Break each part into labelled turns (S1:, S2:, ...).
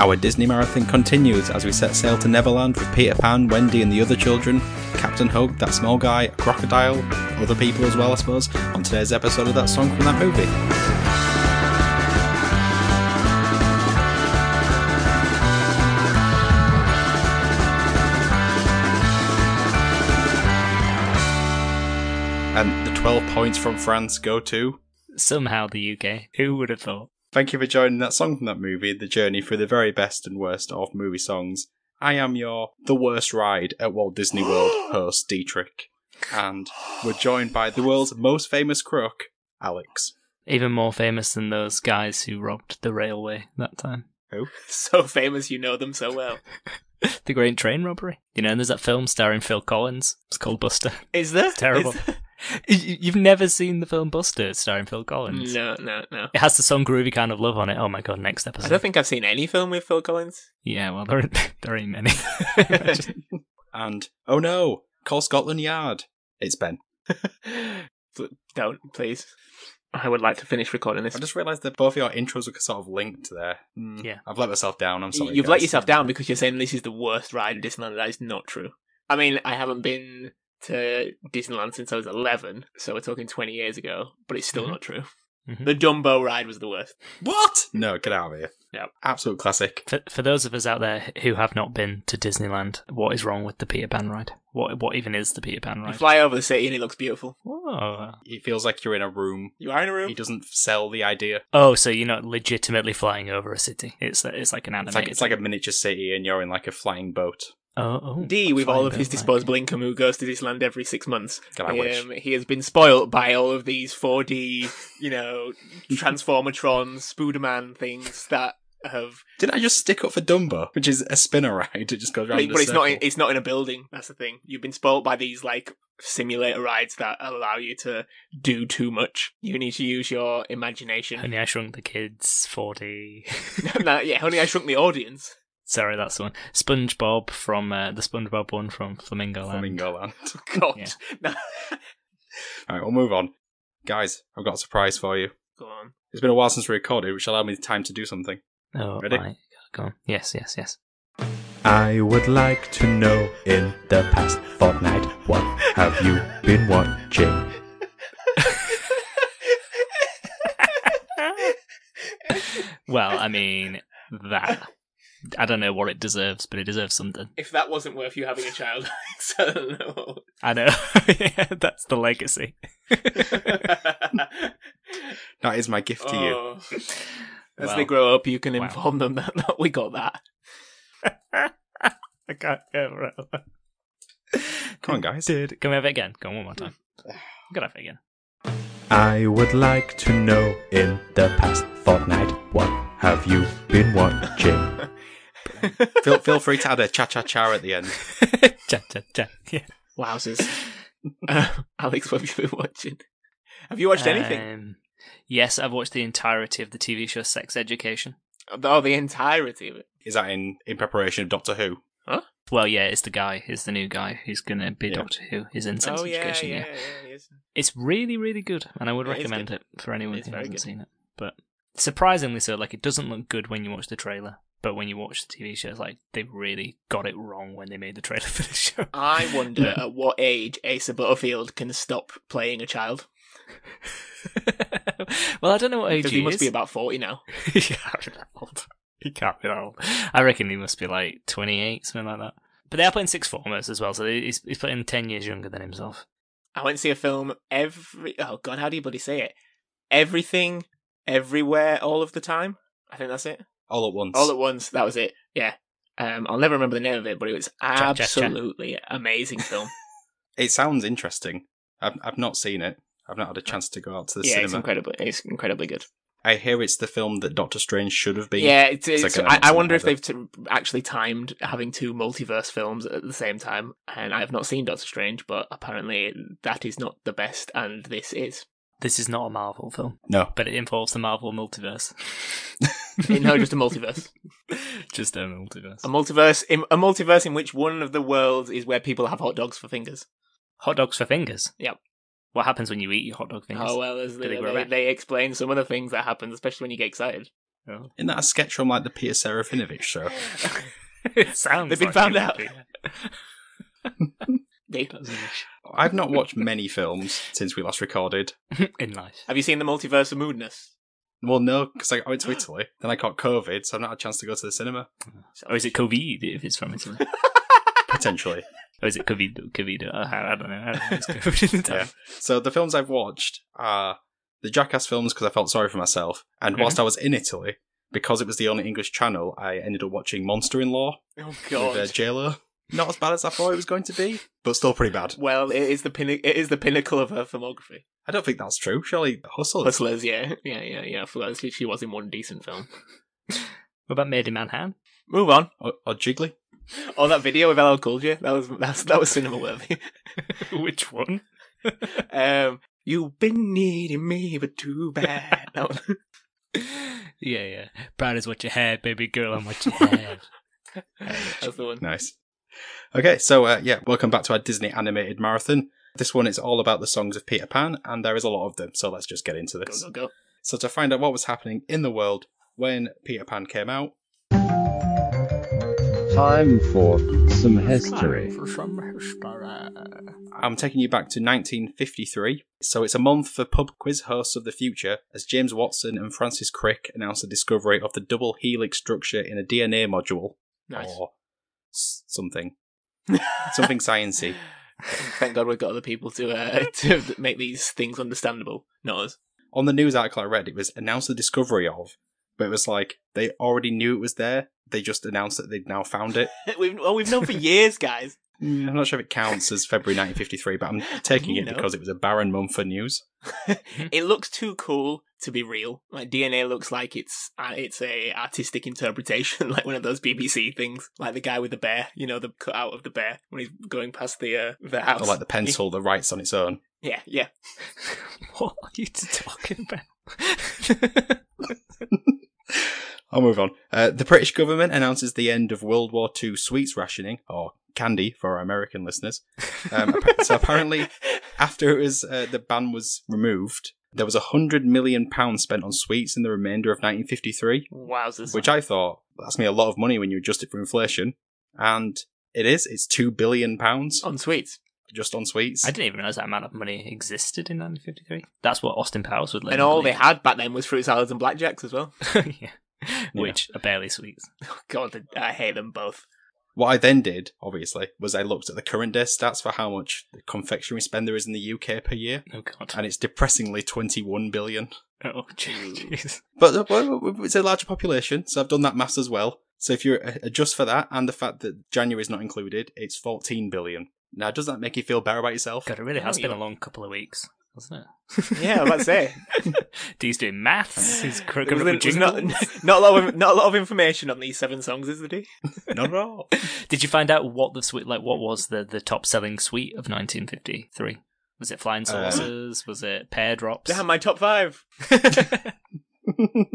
S1: Our Disney marathon continues as we set sail to Neverland with Peter Pan, Wendy, and the other children, Captain Hook, that small guy, a crocodile, other people as well, I suppose, on today's episode of that song from that movie. And the 12 points from France go to.
S2: Somehow the UK. Who would have thought?
S1: Thank you for joining that song from that movie, The Journey through the Very Best and Worst of Movie Songs. I am your The Worst Ride at Walt Disney World host, Dietrich. And we're joined by the world's most famous crook, Alex.
S2: Even more famous than those guys who robbed the railway that time.
S3: So famous, you know them so well.
S2: The Great Train Robbery. You know, and there's that film starring Phil Collins. It's called Buster.
S3: Is there?
S2: terrible.
S3: Is there?
S2: You- You've never seen the film Buster starring Phil Collins.
S3: No, no, no.
S2: It has the song Groovy Kind of Love on it. Oh my god, next episode.
S3: I don't think I've seen any film with Phil Collins.
S2: Yeah, well, there ain't, there ain't many.
S1: And, oh no, call Scotland Yard. It's Ben.
S3: Pl- Don't, please. I would like to finish recording this.
S1: I just realised that both of your intros were sort of linked there. Mm,
S2: Yeah.
S1: I've let myself down, I'm sorry.
S3: You've let
S1: guys.
S3: yourself down because you're saying this is the worst ride in Disneyland. That is not true. I mean, I haven't been to Disneyland since I was 11, so we're talking 20 years ago, but it's still
S2: Mhm.
S3: not true.
S2: Mhm.
S3: The Dumbo ride was the worst.
S1: What? No, get out of here.
S3: Yep.
S1: Absolute classic.
S2: For, for those of us out there who have not been to Disneyland, what is wrong with the Peter Pan ride? What what even is the Peter Pan
S3: You
S2: ride?
S3: fly over the city and it looks beautiful.
S2: Whoa.
S1: It feels like you're in a room.
S3: You are in a room.
S1: He doesn't sell the idea.
S2: Oh, so you're not legitimately flying over a city? It's it's like an
S1: It's
S2: animated.
S1: like it's like a miniature city, and you're in like a flying boat.
S2: oh, oh,
S3: D,
S2: a
S3: with all
S2: flying
S3: of his
S2: boat, right.
S3: disposable
S1: e-
S3: income, who goes to Disneyland every six months,
S1: God, I wish.
S3: Um, he has been spoilt by all of these 4D, you know, Transformatron, Spooderman things that have.
S1: Didn't I just stick up for Dumbo, which is a spinner ride? It just goes around.
S3: But,
S1: in a
S3: but it's not. In,
S1: circle.
S3: it's not in a building. That's the thing. You've been spoilt by these like simulator rides that allow you to do too much. You need to use your imagination.
S2: Honey, I Shrunk the Kids, 4D.
S3: No, yeah, honey, I shrunk the audience.
S2: Sorry, that's the one. SpongeBob from uh, the SpongeBob one from Flamingo Land.
S1: Flamingo Land.
S3: Oh, God,
S2: Yeah.
S3: No.
S1: All right, we'll move on, guys. I've got a surprise for you.
S3: Go on.
S1: It's been a while since we recorded, which allowed me time to do something.
S2: Oh,
S1: Ready?
S2: my. Go on. Yes, yes, yes.
S4: I would like to know in the past fortnight what have you been watching?
S2: Well, I mean that. I don't know what it deserves, but it deserves something.
S3: If that wasn't worth you having a child, Alex, I don't know. what
S2: I know. yeah, that's the legacy.
S3: As
S1: That is my gift to
S3: Oh.
S1: you.
S3: Uh, they
S2: Well,
S3: grow up, you can
S2: wow.
S3: inform them that, that we got that.
S2: I can't get around that.
S1: Come on, guys.
S2: Dude, can we have it again? Go on, one more time. I'm gonna have it again.
S4: I would like to know in the past fortnight what have you been watching?
S1: feel, feel free to add a cha cha cha at the end.
S2: Cha cha cha. Yeah.
S3: Wowzers. Uh, Alex, what have you been watching? Have you watched anything?
S2: Um, yes, I've watched the entirety of the TV show Sex Education.
S3: Oh, the entirety of it.
S1: Is that in in preparation of Doctor Who?
S2: Well, yeah, it's the guy. It's the new guy who's gonna be
S1: Yeah.
S2: Doctor Who. Is in Sex
S3: oh, yeah,
S2: Education.
S3: yeah,
S2: Yeah,
S3: yeah. it is.
S2: it's really, really good, and I would
S3: It is
S2: recommend
S3: good.
S2: it for anyone
S3: It is
S2: who
S3: very
S2: hasn't
S3: good.
S2: seen it. But surprisingly, so like it doesn't look good when you watch the trailer, but when you watch the TV show, it's like they really got it wrong when they made the trailer for the show.
S3: I wonder
S2: Yeah.
S3: at what age Asa Butterfield can stop playing a child.
S2: well, I don't know what age
S3: Because he
S2: he
S3: must
S2: is.
S3: be about 40 now.
S2: he can't be that old. He can't be that old. I reckon he must be like 28, something like that. But they are playing six formers as well, so he's, he's playing 10 years younger than himself.
S3: I went to see a film every. Oh, God, how do you bloody say it? Everything, everywhere, all of the time. I think that's it.
S1: All at once.
S3: All at once. That was it. Yeah. Um, I'll never remember the name of it, but it was
S2: Jack, Jack.
S3: absolutely amazing film.
S1: It sounds interesting. I've I've not seen it. I've not had a chance to go out to the
S3: yeah, it's
S1: cinema.
S3: incredibly, it's incredibly good.
S1: I hear it's the film that Doctor Strange should have been.
S3: yeah, it's,
S1: it's
S3: it's,
S1: like an
S3: I, I
S1: amazing
S3: wonder if
S1: either.
S3: they've t- actually timed having two multiverse films at the same time. And I have not seen Doctor Strange, but apparently that is not the best, and this is.
S2: This is not a Marvel film,
S1: No.
S2: but it involves the Marvel multiverse.
S3: no, just a multiverse.
S2: Just a multiverse.
S3: A multiverse, in, a multiverse in which one of the worlds is where people have hot dogs for fingers.
S2: Hot dogs for fingers.
S3: Yep.
S2: What happens when you eat your hot dog fingers?
S3: Oh well, as
S2: Do they
S3: they,
S2: grow
S3: they,
S2: back?
S3: they explain some of the things that happen, especially when you get excited.
S2: Oh.
S1: Isn't that a sketch from like the Peter Serafinovich show?
S2: it sounds.
S3: They've been
S2: like
S3: found
S2: it,
S3: out.
S2: yeah.
S3: Dave,
S1: I've not watched many films since we last recorded.
S2: in life.
S3: have you seen the multiverse of moodness?
S1: Well, no, because I went to Italy, then I caught COVID, so I've not had a chance to go to the cinema.
S2: Or is it COVID if it's from Italy?
S1: Potentially.
S2: or is it COVID? COVID? uh, I I don't know. I don't know. It's COVID in the
S1: Yeah.
S2: time.
S1: So the films I've watched are the Jackass films because I felt sorry for myself, and
S3: Mm-hmm.
S1: whilst I was in Italy, because it was the only English channel, I ended up watching Monster in Law
S3: Oh
S1: with uh,
S3: God!
S1: JLo. Not as bad as I thought it was going to be, but still pretty bad.
S3: Well, it is the pin- it is the pinnacle of her filmography.
S1: I don't think that's true. Surely Hustle. is-
S3: Hustlers, yeah, yeah, yeah, yeah. I forgot she- she was in one decent film.
S2: What about Made in Manhattan?
S3: Move on.
S1: Or, or Jiggly.
S3: Oh, that video with LL Cool J, that was that's, that was cinema worthy.
S2: Which one?
S3: um, you've been needing me, but too bad. That one.
S2: yeah, yeah. Proud as what you had, baby girl. I'm what you had.
S3: That's the one.
S1: Nice. Okay, so uh, yeah, welcome back to our Disney animated marathon. This one is all about the songs of Peter Pan, and there is a lot of them, so let's just get into
S3: Go
S1: this.
S3: go go.
S1: So to find out what was happening in the world when Peter Pan came out,
S5: Time for some history.
S2: For some history.
S1: I'm taking you back to 1953. So it's a month for pub quiz hosts of the future as James Watson and Francis Crick announce the discovery of the double helix structure in a DNA module
S3: Nice.
S1: or s- something, something sciency.
S3: Thank God we've got other people to uh, to make these things understandable. Not us.
S1: On the news article I read, it was announced the discovery of, but it was like they already knew it was there. They just announced that they'd now found it. Mm,
S3: we've oh, we've known for years, guys.
S1: I'm not sure if it counts as February 1953, but I'm taking
S3: You
S1: it
S3: know.
S1: because it was a barren month for news.
S3: It looks too cool to be real. Like DNA looks like it's uh, it's a artistic interpretation, like one of those BBC things, like the guy with the bear. You know, the cutout of the bear when he's going past the uh, the house.
S1: Or like the pencil that writes on its own.
S3: Yeah, yeah.
S2: What are you two talking about?
S1: I'll move on. Uh, the British government announces the end of World War II sweets rationing, or candy for our American listeners. Um, appa- so apparently, after it was uh, the ban was removed, there was a hundred million pounds spent on sweets in the remainder of 1953,
S3: Wowzers.
S1: which I thought that's me a lot of money when you adjust it for inflation, and it is. It's two billion pounds
S3: on sweets.
S1: just on sweets.
S2: I didn't even realize that amount of money existed in 1953. That's what Austin Powers would later
S3: And all they
S2: believe.
S3: had back then was fruit salads and blackjacks as well.
S2: yeah. Which are barely sweets.
S3: Oh, God, I hate them both.
S1: What I then did, obviously, was I looked at the current day stats for how much the confectionery spend there is in the UK per year,
S2: Oh, God.
S1: and it's depressingly 21 billion.
S2: Oh, jeez.
S1: But uh, well, well, it's a larger population, so I've done that maths as well. So if you uh, adjust for that and the fact that January is not included, it's 14 billion. Now, does that make you feel better about yourself?
S2: God, it really has
S3: Oh,
S2: been
S3: yeah.
S2: a long couple of weeks, hasn't it?
S3: Yeah, I was about to say.
S2: He's doing maths. He's cr-
S3: There was-
S2: coming up with
S3: there was not,
S2: jingles.
S3: not a lot of not a lot of information on these seven songs, is there? Dee?
S1: Not at all.
S2: Did you find out what the sweet like what was the the top selling sweet of 1953? Was it flying
S1: Uh,
S2: saucers? was it pear drops?
S3: Damn, my top five.
S2: What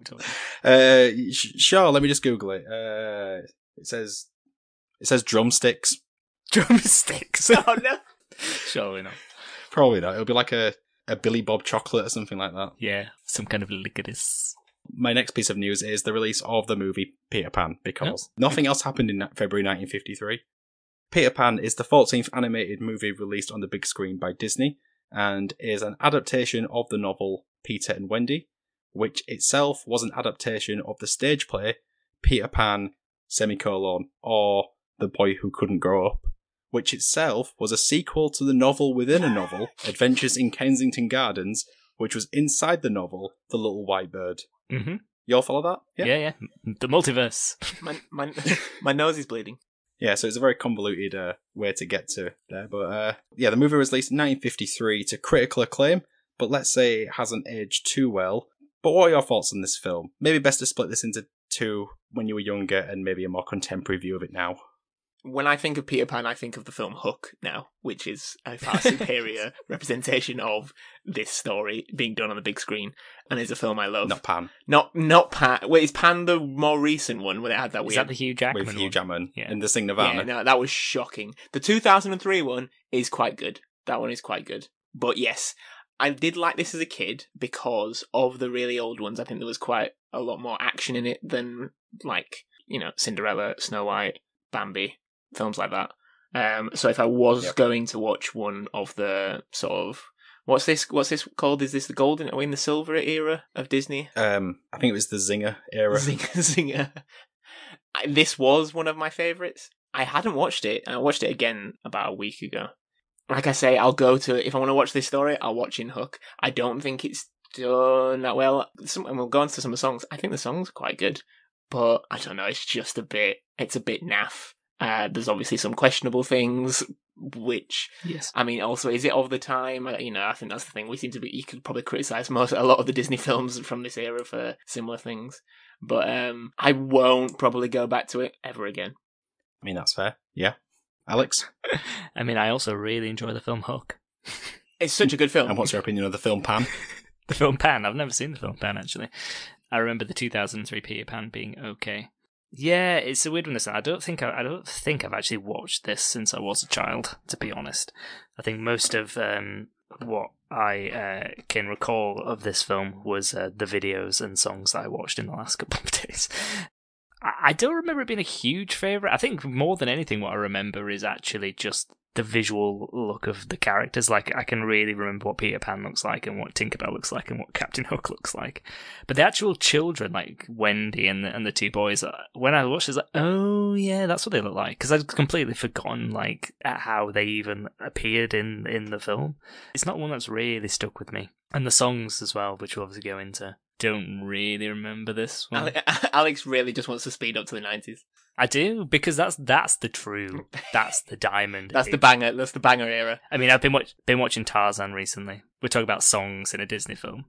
S2: we talking
S1: Uh, sh- sure, let me just Google it. Uh, it says it says drumsticks.
S2: about? Drumsticks.
S3: Oh no.
S2: Surely not.
S1: Probably not. It'll be like a, a Billy Bob chocolate or something like that.
S2: Yeah, some kind of licorice.
S1: my next piece of news is the release of the movie Peter Pan because nothing else happened in na- February 1953. Peter Pan is the 14th animated movie released on the big screen by Disney and is an adaptation of the novel Peter and Wendy, which itself was an adaptation of the stage play Peter Pan semicolon or The Boy Who Couldn't Grow Up, which itself was a sequel to the novel within a novel, Adventures in Kensington Gardens, which was inside the novel The Little White Bird.
S2: Mm-hmm.
S1: You all follow that?
S2: Yeah. yeah, M- The multiverse.
S3: My my my nose is bleeding.
S1: Yeah, so it's a very convoluted uh, way to get to there. But uh, yeah, the movie was released in 1953 to critical acclaim, but let's say it hasn't aged too well. But what are your thoughts on this film? Maybe best to split this into two when you were younger and maybe a more contemporary view of it now.
S3: When I think of Peter Pan, I think of the film Hook now, which is a far superior representation of this story being done on the big screen, and is a film I love.
S1: Not Pan,
S3: not, not Pan. Wait, is Pan the more recent one when it had that
S2: Is
S3: weird?
S2: that the Hugh Jackman
S1: with Hugh
S2: one?
S1: Jackman
S2: Yeah.
S1: and the Sing
S3: yeah,
S1: Nirvana.
S3: no, that was shocking. The 2003 one is quite good. That one is quite good. But yes, I did like this as a kid because of the really old ones. I think there was quite a lot more action in it than like you know Cinderella, Snow White, Bambi, films like that. Um, so if I was
S1: Yep.
S3: going to watch one of the sort of what's this what's this called? Is this the golden? Are we in the silver era of Disney?
S1: Um, I think it was the Zinger era.
S3: Zinger, Zinger. I, this was one of my favorites. I hadn't watched it, and I watched it again about a week ago. Like I say, I'll go to if I want to watch this story, I'll watch In Hook. I don't think it's done that well. Some, and we'll go on to some of the songs. I think the songs are quite good, but I don't know. It's just a bit. It's a bit naff. Uh, there's obviously some questionable things, which
S2: Yes.
S3: I mean, also, is it of the time? I- You know, I think that's the thing. We seem to be. You could probably criticize most a lot of the Disney films from this era for similar things, but um, I won't probably go back to it ever again.
S1: I mean, that's fair. Yeah. Alex,
S2: I mean, I also really enjoy the film Hook.
S3: It's such a good
S2: Oh.
S3: film.
S1: and what's your opinion of the film Pan?
S2: The film Pan. I've never seen the film Pan actually. I remember the 2003 Peter Pan being okay. Yeah, it's a weird one. This I don't think I, I don't think I've actually watched this since I was a child. To be honest, I think most of um, what I uh, can recall of this film was uh, the videos and songs that I watched in the last couple of days. I, I don't remember it being a huge favorite. I think more than anything, what I remember is actually just the visual look of the characters. Like I can really remember what Peter Pan looks like and what Tinkerbell looks like and what Captain Hook looks like. But the actual children, like Wendy and the, and the two boys, uh, when I watched, it, I was like, oh yeah, that's what they look like. Because I'd completely forgotten like at how they even appeared in in the film. It's not one that's really stuck with me. And the songs as well, which we'll obviously go into. Don't really remember this one.
S3: Ale- Alex really just wants to speed up to the nineties.
S2: I do because that's that's the true, that's the diamond.
S3: That's the
S2: back.
S3: banger. That's the banger era.
S2: I mean, I've been watch- been watching Tarzan recently. We're talking about songs in a Disney film.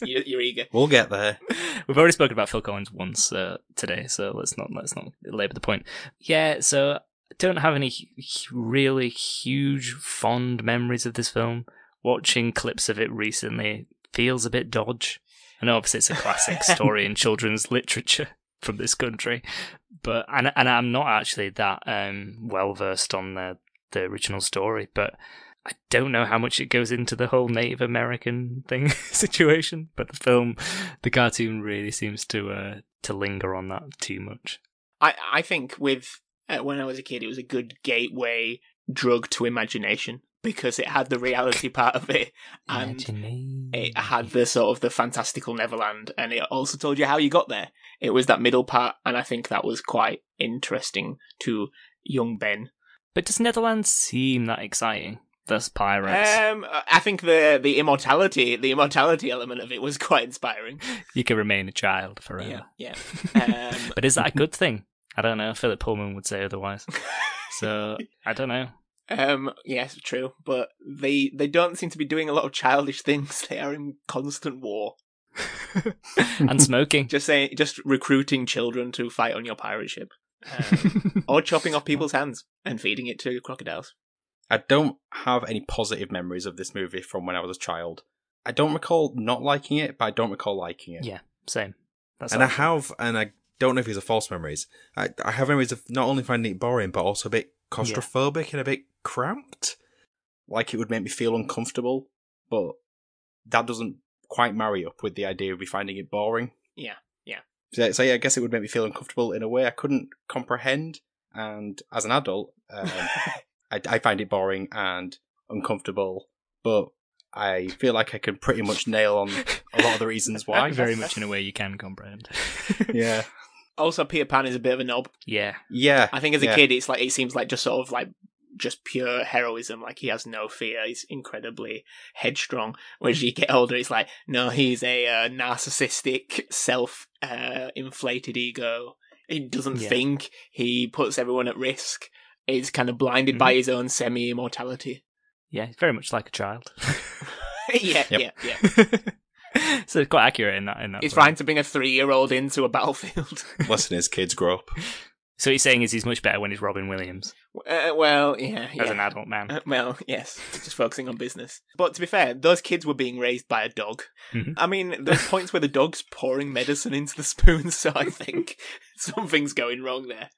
S3: You- You're eager.
S1: We'll get there.
S2: We've already spoken about Phil Collins once uh, today, so let's not let's not labour the point. Yeah, so I don't have any hu- hu- really huge fond memories of this film. Watching clips of it recently feels a bit dodge. I know, obviously, it's a classic story in children's literature from this country, but and and I'm not actually that um, well versed on the the original story, but I don't know how much it goes into the whole Native American thing situation, but the film, the cartoon really seems to uh, to linger on that too much.
S3: I I think with uh, when I was a kid, it was a good gateway drug to imagination because it had the reality part of it and it had the sort of the fantastical Neverland, and it also told you how you got there. It was that middle part, and I think that was quite interesting to young Ben.
S2: but does Netherlands seem that exciting? That's pirates.
S3: Um, I think the the immortality, the immortality element of it was quite inspiring.
S2: you can remain a child forever.
S3: Yeah, yeah. Um,
S2: but is that a good thing? I don't know. Philip Pullman would say otherwise. So I don't know.
S3: Um, yes, true, but they they don't seem to be doing a lot of childish things. They are in constant war.
S2: and smoking.
S3: Just saying, just recruiting children to fight on your pirate ship, um, or chopping off people's hands and feeding it to crocodiles.
S1: I don't have any positive memories of this movie from when I was a child. I don't recall not liking it, but I don't recall liking it.
S2: Yeah, Same. That's
S4: and I
S2: all.
S4: have, and I don't know if these are false memories. I, I have memories of not only finding it boring, but also a bit claustrophobic and a bit cramped.
S1: Like it would make me feel uncomfortable, but that doesn't quite marry up with the idea of me finding it boring.
S3: Yeah, yeah.
S1: So, so yeah, I guess it would make me feel uncomfortable in a way I couldn't comprehend. And as an adult, um, I, I find it boring and uncomfortable, but I feel like I can pretty much nail on a lot of the reasons why.
S2: very much in a way you can comprehend.
S1: Yeah.
S3: Also, Peter Pan is a bit of a knob.
S2: yeah.
S1: Yeah.
S3: I think as a
S1: yeah.
S3: kid, it's like it seems like just sort of like just pure heroism. Like he has no fear. He's incredibly headstrong. Whereas you get older, it's like no, he's a uh, narcissistic, self-inflated ego. He doesn't
S2: Yeah.
S3: think. He puts everyone at risk. He's kind of blinded by
S1: Mm-hmm.
S3: his own semi-immortality.
S2: Yeah, it's very much like a child.
S3: yeah,
S1: Yep.
S3: yeah, yeah.
S2: so it's quite accurate in that. In that
S3: It's
S2: way.
S3: fine to bring a three-year-old into a battlefield.
S1: Lesson is kids grow up.
S2: So what he's saying is he's much better when he's Robin Williams
S3: uh, well, yeah, yeah.
S2: as an adult man.
S3: Uh, well, yes, just focusing on business. But to be fair, those kids were being raised by a dog.
S2: Mhm.
S3: I mean, there's points where the dog's pouring medicine into the spoon, so I think something's going wrong there.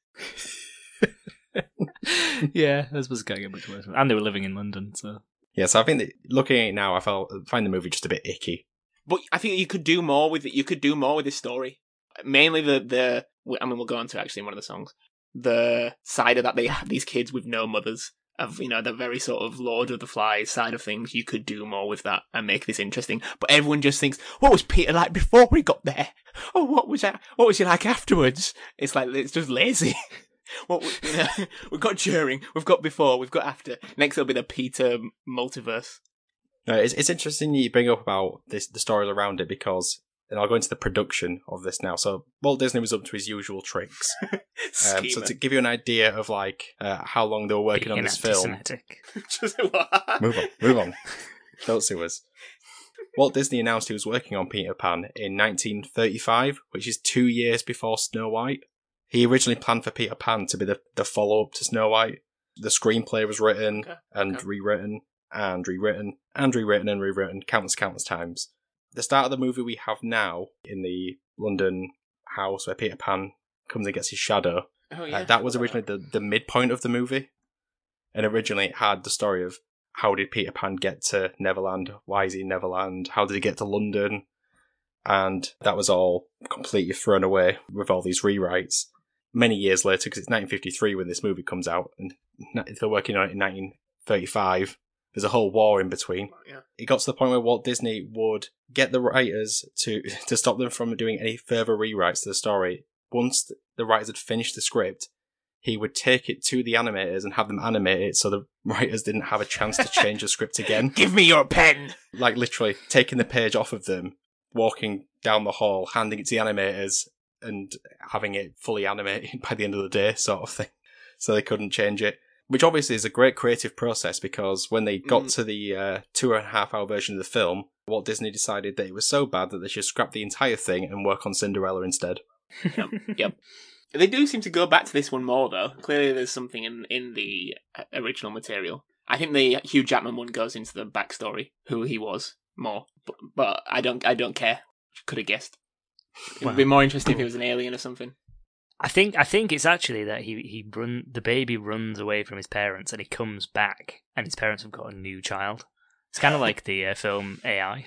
S2: yeah, this was going to get much worse. And they were living in London, so
S1: Yeah, so I think that looking at it now, I felt, find the movie just a bit icky.
S3: But I think you could do more with it. You could do more with this story. Mainly the the. I mean, we'll go on to actually in one of the songs the side of that they these kids with no mothers of you know the very sort of Lord of the Flies side of things. You could do more with that and make this interesting. But everyone just thinks, what was Peter like before we got there? Oh, what was that? What was he like afterwards? It's like it's just lazy. What we- you know, we've got during, we've got before, we've got after. Next, it'll be the Peter multiverse.
S1: No, it's, it's interesting you bring up about this the stories around it because, and I'll go into the production of this now. So Walt Disney was up to his usual tricks. Um, so
S3: Schema.
S1: to give you an idea of like uh, how long they were working on this film,
S2: Anti-Semitic.
S3: Just what?
S1: move on, move on. Don't sue us. Walt Disney announced he was working on Peter Pan in 1935, which is two years before Snow White. He originally planned for Peter Pan to be the, the follow up to Snow White. The screenplay was written
S3: Okay,
S1: and
S3: okay.
S1: rewritten and rewritten and rewritten and rewritten countless, countless times. The start of the movie we have now in the London house where Peter Pan comes and gets his shadow
S3: Oh,
S1: uh, that was originally the, the midpoint of the movie. And originally it had the story of how did Peter Pan get to Neverland? Why is he in Neverland? How did he get to London? And that was all completely thrown away with all these rewrites. Many years later, because it's 1953 when this movie comes out, and na- they're working on it in 1935. There's a whole war in between.
S3: Yeah.
S1: It got to the point where Walt Disney would get the writers to to stop them from doing any further rewrites to the story. Once the writers had finished the script, he would take it to the animators and have them animate it so the writers didn't have a chance to change the script again.
S3: Give me your pen.
S1: Like literally taking the page off of them, walking down the hall, handing it to the animators and having it fully animated by the end of the day sort of thing. So they couldn't change it. Which obviously is a great creative process because when they got
S3: Mm.
S1: to the uh, two and a half hour version of the film, Walt Disney decided that it was so bad that they should scrap the entire thing and work on Cinderella instead.
S3: They do seem to go back to this one more though. Clearly, there's something in in the uh, original material. I think the Hugh Jackman one goes into the backstory, who he was more, but, but I don't I don't care. Could have guessed. It would be more interesting if he was an alien or something.
S2: I think I think it's actually that he he run the baby runs away from his parents and he comes back and his parents have got a new child. It's kind of like the uh, film AI,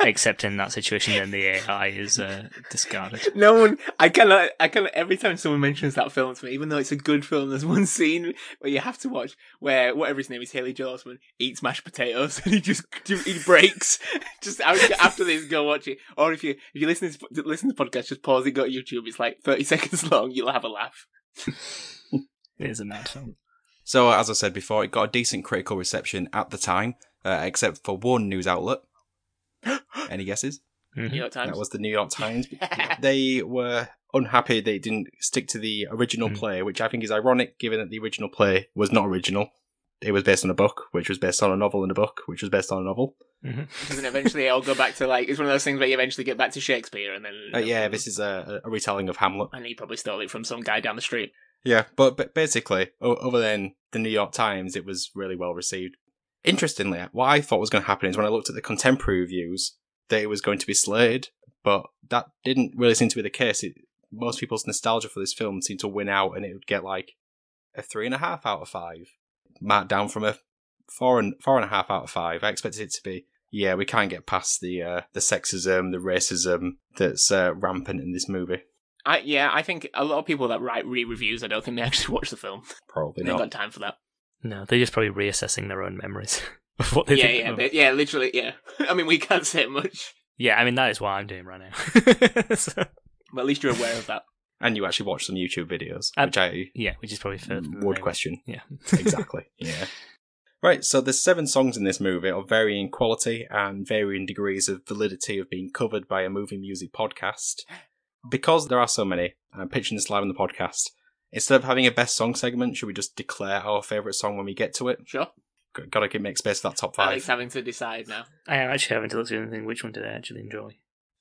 S2: except in that situation, then the AI is uh, discarded.
S3: No one, I cannot, I cannot. Every time someone mentions that film to me, even though it's a good film, there's one scene where you have to watch where whatever his name is, Haley Joel Osment, eats mashed potatoes and he just he breaks. just after after this, go watch it. Or if you if you listen to this- listen to the podcast, just pause it, go to YouTube. It's like thirty seconds long. You'll have a laugh.
S2: It is a mad film.
S4: So, as I said before, it got a decent critical reception at the time, uh, except for one news outlet. Any guesses?
S3: New York Times.
S1: That was the New York Times. they were unhappy they didn't stick to the original
S2: Mm.
S1: play, which I think is ironic given that the original play was not original. It was based on a book, which was based on a novel, and a book, which was based on a novel.
S3: and eventually, I'll go back to like it's one of those things where you eventually get back to Shakespeare, and then
S1: Uh, yeah, this is a, a retelling of Hamlet.
S3: And he probably stole it from some guy down the street.
S1: Yeah, but, but basically, o- other than the New York Times, it was really well received. Interestingly, what I thought was going to happen is when I looked at the contemporary reviews, that it was going to be slated, but that didn't really seem to be the case. It, most people's nostalgia for this film seemed to win out, and it would get like a three and a half out of five, marked down from a four and four and a half out of five. I expected it to be, yeah, we can't get past the uh, the sexism, the racism that's uh, rampant in this movie.
S3: I yeah, I think a lot of people that write re-reviews, I don't think they actually watch the film.
S1: Probably
S3: They ain't
S1: not.
S3: got time for that.
S2: No, they're just probably reassessing their own memories of what they
S3: yeah,
S2: think.
S3: yeah,
S2: of-
S3: they- yeah. Literally, yeah. I mean, we can't say much,
S2: yeah. I mean, that is what I'm doing right now. So-
S3: but at least you're aware of that.
S1: And you actually watched some YouTube videos,
S2: Um,
S1: which I
S2: yeah, which is probably
S3: Mm,
S2: further. than
S1: would
S2: they-
S1: question.
S2: Yeah,
S1: exactly. yeah. Right, so there's seven songs in this movie of varying quality and varying degrees of validity of being covered by a movie music podcast. Because there are so many, and I'm pitching this live on the podcast, instead of having a best song segment, should we just declare our favourite song when we get to it?
S3: Sure.
S1: G- Gotta give- make space for that top five.
S3: Alex having to decide now.
S2: I am actually having to look through and think which one did I actually enjoy.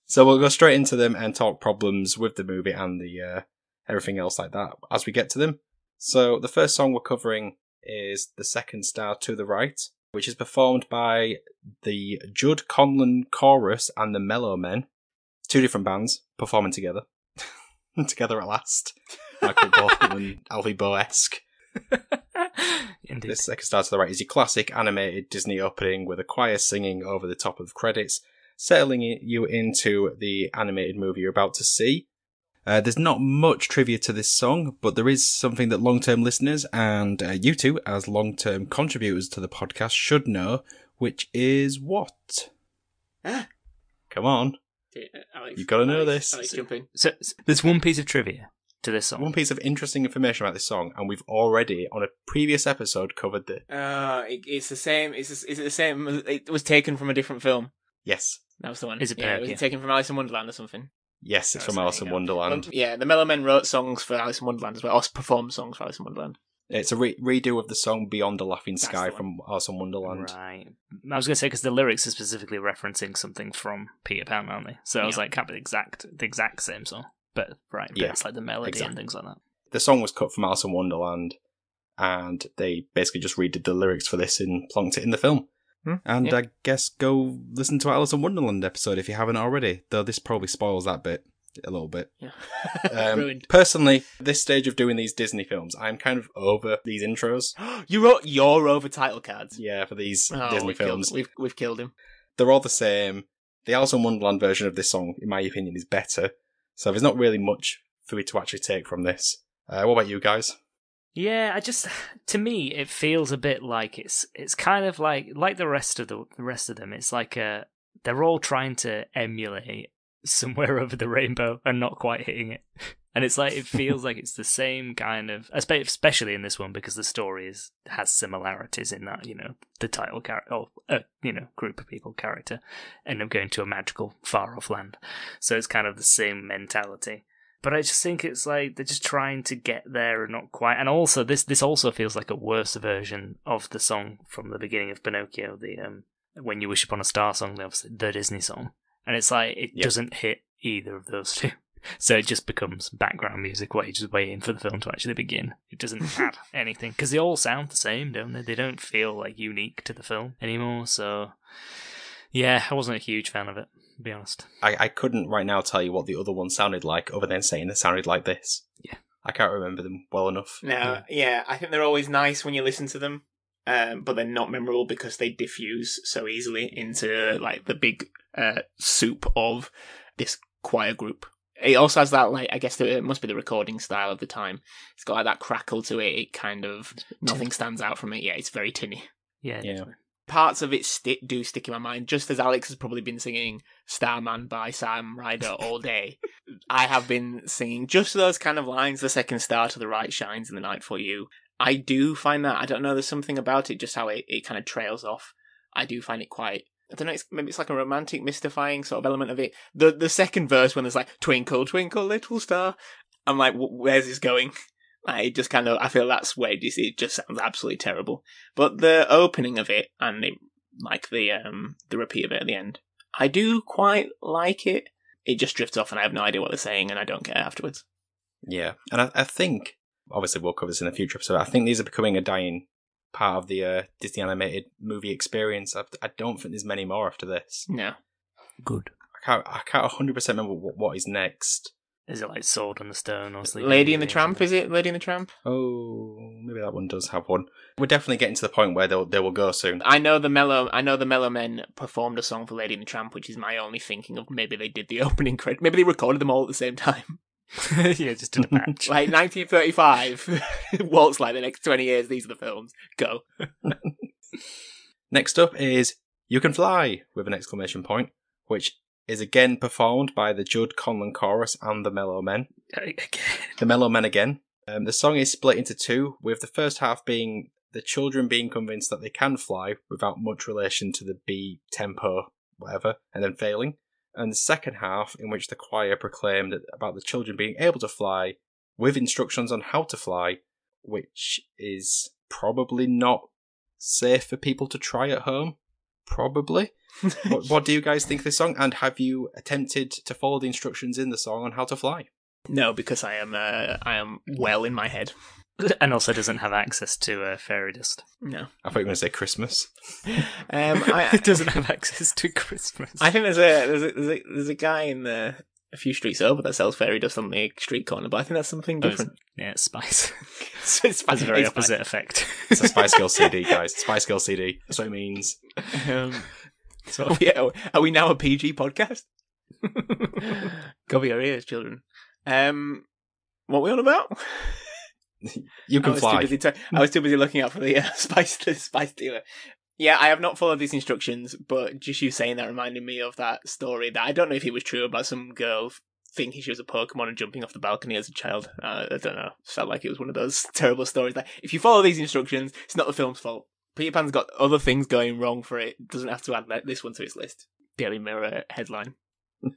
S1: So we'll go straight into them and talk problems with the movie and the uh, everything else like that as we get to them. So the first song we're covering is the second star to the right, which is performed by the Judd Conlon Chorus and the Mellow Men, two different bands performing together, together at last. Michael Bolton and Alfie Boesque.
S2: Indeed.
S1: This second star to the right is your classic animated Disney opening with a choir singing over the top of credits, settling i- you into the animated movie you're about to see.
S4: Uh, there's not much trivia to this song, but there is something that long term listeners and uh, you two, as long term contributors to the podcast, should know, which is what?
S3: Ah.
S4: Come on.
S3: uh, Alex,
S1: You've gotta know
S3: Alex-
S1: this.
S3: Alex, jump in.
S2: So, so there's one piece of trivia to this song.
S1: One piece of interesting information about this song, and we've already, on a previous episode, covered the
S3: Uh, it, it's the same. It's the- is it the same? It was taken from a different film.
S1: yes,
S3: That was the one.
S2: Is it
S3: yeah,
S2: Berg,
S3: it was
S2: yeah.
S3: taken from Alice in Wonderland or something.
S1: yes, it's
S3: That's
S1: from
S3: right,
S1: Alice in
S3: yeah.
S1: Wonderland.
S3: Um, yeah, the Mellow Men wrote songs for Alice in Wonderland as well, or performed songs for Alice in Wonderland.
S1: It's a re- redo of the song "Beyond a Laughing
S3: That's
S1: Sky"
S3: the one.
S1: from Alice in Wonderland.
S2: Right. I was going to say because the lyrics are specifically referencing something from Peter Pan, aren't they? So I was
S3: Yeah.
S2: like, can't be the exact the exact same song, but right, but
S1: Yeah,
S2: it's like the melody
S1: exact-
S2: and things like that.
S1: The song was cut from Alice in Wonderland, and they basically just redid the lyrics for this and plonked it in the film.
S4: And
S3: Hmm, Yeah.
S4: I guess go listen to Alice in Wonderland episode if you haven't already, though this probably spoils that bit a little bit.
S3: Yeah.
S1: Um,
S3: Ruined.
S1: personally, this stage of doing these Disney films, I'm kind of over these intros.
S3: you wrote your over title cards.
S1: Yeah, for these
S3: Oh,
S1: Disney
S3: we've killed-
S1: films,
S3: we've we've killed him.
S1: they're all the same. The Alice in Wonderland version of this song, in my opinion, is better. So there's not really much for me to actually take from this. Uh, what about you guys?
S2: Yeah, I just to me it feels a bit like it's it's kind of like like the rest of the, the rest of them. It's like uh they're all trying to emulate somewhere over the rainbow and not quite hitting it. And it's like it feels like it's the same kind of espe- especially in this one because the story is has similarities in that, you know, the title character or uh, you know, group of people character end up going to a magical far off land. So it's kind of the same mentality but I just think it's like they're just trying to get there and not quite. And also, this this also feels like a worse version of the song from the beginning of Pinocchio, the um, "When You Wish Upon a Star" song, the obviously the Disney song, and it's like it
S1: Yeah.
S2: doesn't hit either of those two. So it just becomes background music while you're just waiting for the film to actually begin. It doesn't add anything because they all sound the same, don't they? They don't feel like unique to the film anymore. So, yeah, I wasn't a huge fan of it, to be honest.
S1: I, I couldn't right now tell you what the other one sounded like, other than saying it sounded like this.
S2: Yeah.
S1: I can't remember them well enough.
S3: No, yeah. I think they're always nice when you listen to them, um, but they're not memorable because they diffuse so easily into like the big uh, soup of this choir group. It also has that like I guess the, it must be the recording style of the time. It's got like that crackle to it. It kind of nothing stands out from it. Yeah, it's very tinny.
S2: Yeah,
S1: Yeah.
S2: definitely.
S3: Parts of it sti do stick in my mind, just as Alex has probably been singing "Starman" by Sam Ryder all day. I have been singing just those kind of lines. The second star to the right shines in the night for you. I do find that I don't know. There's something about it, just how it, it kind of trails off. I do find it quite. I don't know. It's, maybe it's like a romantic, mystifying sort of element of it. The the second verse when there's like twinkle, twinkle, little star. I'm like, "Wh- where's this going? Like, it just kind of. I feel that's where it just, it just sounds absolutely terrible. But the opening of it and it, like the um the repeat of it at the end, I do quite like it it just drifts off and I have no idea what they're saying and I don't care afterwards.
S1: Yeah, and I, I think obviously we'll cover this in a future episode. I think these are becoming a dying part of the uh, Disney animated movie experience. I, I don't think there's many more after this.
S3: No.
S2: good.
S1: I can't. I can't 100 percent remember what, what is next.
S2: Is it like Sword on the Stone or something?
S3: Lady in the Tramp, is it? Lady in the Tramp?
S1: Oh, maybe that one does have one. We're definitely getting to the point where they'll, they will go soon.
S3: I know the Mellow I know the Mellow Men performed a song for Lady in the Tramp, which is my only thinking of maybe they did the opening credit maybe they recorded them all at the same time.
S2: yeah, just did a patch.
S3: Like nineteen thirty five Waltz like the next twenty years, these are the films. Go.
S1: Next up is "You Can Fly" with an exclamation point, which is again performed by the Judd Conlon Chorus and the Mellow Men. The Mellow Men again. Um, the song is split into two, with the first half being the children being convinced that they can fly without much relation to the B tempo, whatever, and then failing. And the second half, in which the choir proclaimed about the children being able to fly with instructions on how to fly, which is probably not safe for people to try at home. Probably. what, what do you guys think of this song? And have you attempted to follow the instructions in the song on how to fly?
S3: No, because I am uh, I am well in my head.
S2: and also doesn't have access to uh, fairy dust.
S3: No.
S1: I thought you were going to say Christmas.
S3: Um I
S2: it doesn't have access to Christmas.
S3: I think there's a there's a, there's a there's a guy in the a few streets over that sells fairy dust on the street corner, but I think that's something
S2: Oh, it's-
S3: different.
S2: Yeah, it's spice.
S3: So it's
S2: Has a very
S3: it's
S2: opposite effect.
S1: It's a Spice Girl CD, guys. Spice Girl CD. That's what it means.
S3: fine. Um, so yeah, oh, are we now a PG podcast? Cover your ears, children. Um, what are we on about?
S1: You
S3: I
S2: Oh,
S1: can
S3: was
S1: fly.
S3: Too busy ta- I was too busy looking out for the uh, spice the spice dealer. Yeah, I have not followed these instructions, but just you saying that reminded me of that story that I don't know if it was true about some girl f- thinking she was a Pokemon and jumping off the balcony as a child. Uh, I don't know. Felt like it was one of those terrible stories that if you follow these instructions, it's not the film's fault. Peter Pan's got other things going wrong for it. Doesn't have to add that- this one to its list. Daily Mirror headline.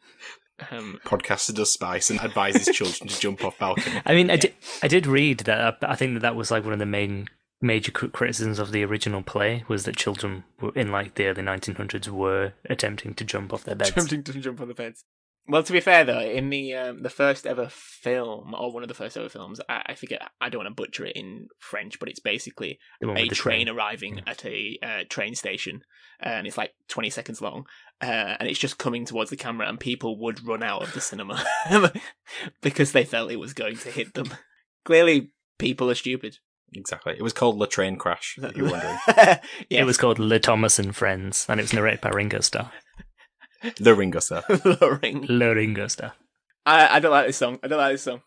S3: um,
S1: Podcaster does Spice and advises children to jump off balcony.
S2: I mean, I, did, I did read that. uh, I think that that was like one of the main major cri- criticisms of the original play was that children were in like the early 1900s were attempting to jump off their beds.
S3: Jumping to jump on the fence. Well, to be fair though, in the um, the first ever film or one of the first ever films, I, I forget. I don't want to butcher it in French, but it's basically
S2: The one
S3: a
S2: with the
S3: train, arriving at a uh, train station, and it's like twenty seconds long, uh, and it's just coming towards the camera, and people would run out of the cinema because they felt it was going to hit them. Clearly, people are stupid.
S1: Exactly. It was called La Train Crash, if you're wondering.
S3: yeah,
S2: It was called Le Thomas and Friends, and it was narrated by Ringo Starr.
S1: The Ringo Star.
S3: luring.
S2: Le Ringo Starr.
S3: I, I don't like this song. I don't like this song.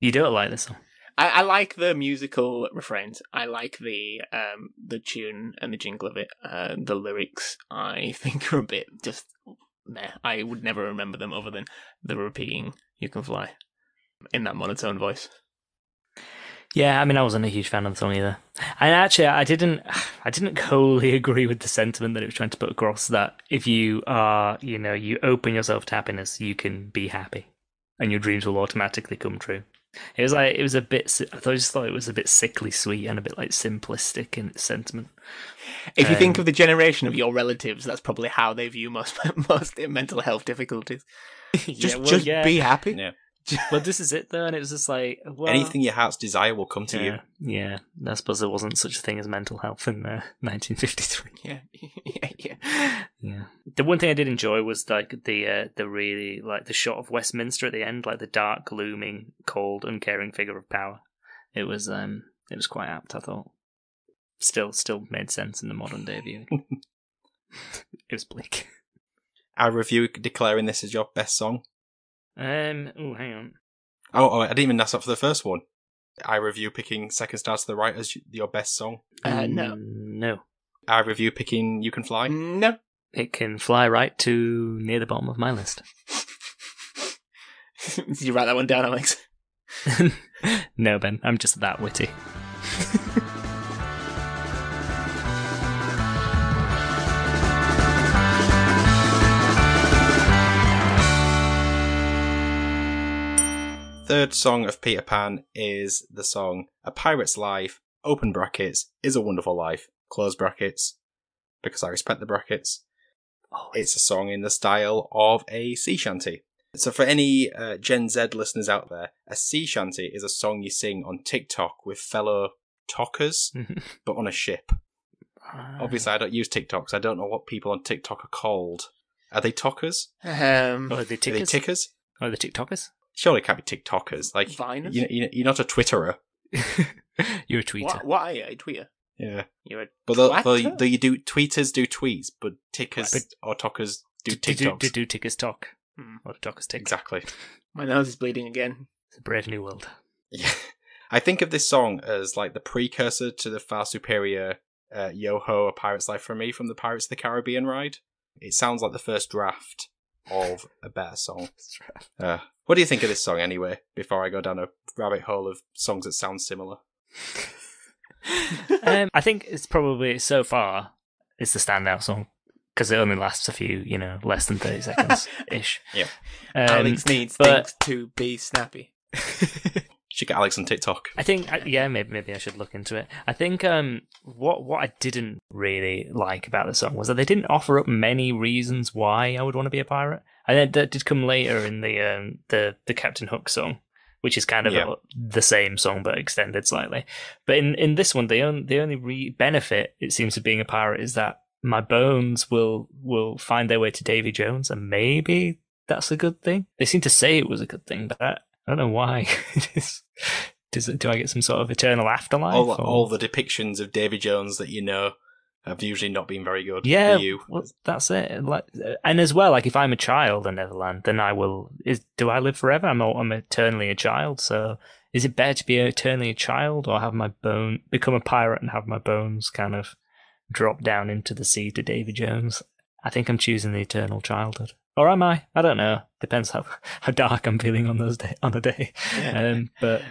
S2: You don't like this song.
S3: I, I like the musical refrains. I like the um the tune and the jingle of it. Uh, the lyrics I think are a bit just meh. I would never remember them other than the repeating "You can fly" in that monotone voice.
S2: Yeah, I mean, I wasn't a huge fan of the song either. And actually, I didn't, I didn't wholly agree with the sentiment that it was trying to put across that if you are, you know, you open yourself to happiness, you can be happy, and your dreams will automatically come true. It was like it was a bit. si- I thought I just thought it was a bit sickly sweet and a bit like simplistic in its sentiment.
S3: If you think
S2: Um,
S3: of the generation of your relatives, that's probably how they view most most mental health difficulties. Just just be happy.
S1: Yeah.
S2: Well, this is it though, and it was just like well,
S1: Anything your heart's desire will come to
S2: Yeah, yeah. I suppose there wasn't such a thing as mental health in uh, 1953.
S3: Yeah, yeah, yeah.
S2: Yeah. The one thing I did enjoy was like the uh, the really like the shot of Westminster at the end, like the dark, looming, cold, uncaring figure of power. It was um it was quite apt, I thought. Still still made sense in the modern day view. it was bleak.
S1: you. I review declaring this as your best song.
S2: Um oh hang on.
S1: Oh, oh I didn't even ask up for the first one. I review picking Second Star to the Right as your best song.
S3: Uh,
S1: Um,
S3: no,
S2: Mm, No.
S1: I review picking You Can Fly.
S3: no.
S2: It can fly right to near the bottom of my list.
S3: Did you write that one down, Alex?
S2: no, Ben, I'm just that witty.
S1: Third song of Peter Pan is the song A Pirate's Life, open brackets, is a wonderful life, close brackets, because I respect the brackets.
S2: Oh,
S1: It's a song in the style of a sea shanty. So, for any uh, Gen Z listeners out there, a sea shanty is a song you sing on TikTok with fellow talkers,
S2: Mhm.
S1: but on a ship.
S2: Ah.
S1: Obviously, I don't use TikTok, so I don't know what people on TikTok are called. Are they talkers?
S3: Um,
S2: Oh, are they
S1: Are they
S2: tickers?
S1: tickers?
S2: oh, the TikTokers?
S1: Surely it can't be TikTokers. Like,
S3: Viners?
S1: you, you, you're not a Twitterer.
S2: You're a tweeter.
S3: what, what are you, a tweeter?
S1: Yeah.
S3: You're a
S1: But though,
S3: Twatter?
S1: though, though you do tweeters do tweets, but tickers
S2: Right.
S1: or talkers do
S2: do, do, do,
S1: TikToks.
S2: do, do tickers talk.
S3: Hmm.
S2: Or do talkers tick.
S1: Exactly.
S3: My nose is bleeding again.
S2: It's a brave new world.
S1: Yeah. I think of this song as like the precursor to the far superior uh, Yo Ho, A Pirate's Life for Me from the Pirates of the Caribbean ride. It sounds like the first draft of a better song. Uh, what do you think of this song anyway, before I go down a rabbit hole of songs that sound similar?
S2: um, I think it's probably so far it's the standout song because it only lasts a few, you know, less than thirty Um, seconds ish.
S1: Yeah.
S3: Alex needs
S2: but-
S3: things to be snappy.
S1: Should get Alex on TikTok.
S2: I think I- yeah, maybe maybe I should look into it. I think um, what what I didn't really like about the song was that they didn't offer up many reasons why I would want to be a pirate. And then that did come later in the um, the the Captain Hook song, which is kind of
S1: Yeah.
S2: a- the same song but extended slightly. But in, in this one, the only the only re- benefit it seems to being a pirate is that my bones will will find their way to Davy Jones and maybe that's a good thing. They seem to say it was a good thing, but I, I don't know why. Does it, do I get some sort of eternal afterlife?
S1: all,
S2: or-
S1: all the depictions of Davy Jones that you know have usually not been very good
S2: yeah,
S1: for you.
S2: well, that's it. Like, and as well, like if I'm a child in Neverland, then I will. Is do I live forever? I'm all, I'm eternally a child. So is it better to be eternally a child or have my bone become a pirate and have my bones kind of drop down into the sea to Davy Jones? I think I'm choosing the eternal childhood, or am I? I don't know. Depends how, how dark I'm feeling on those day on the day. Um, but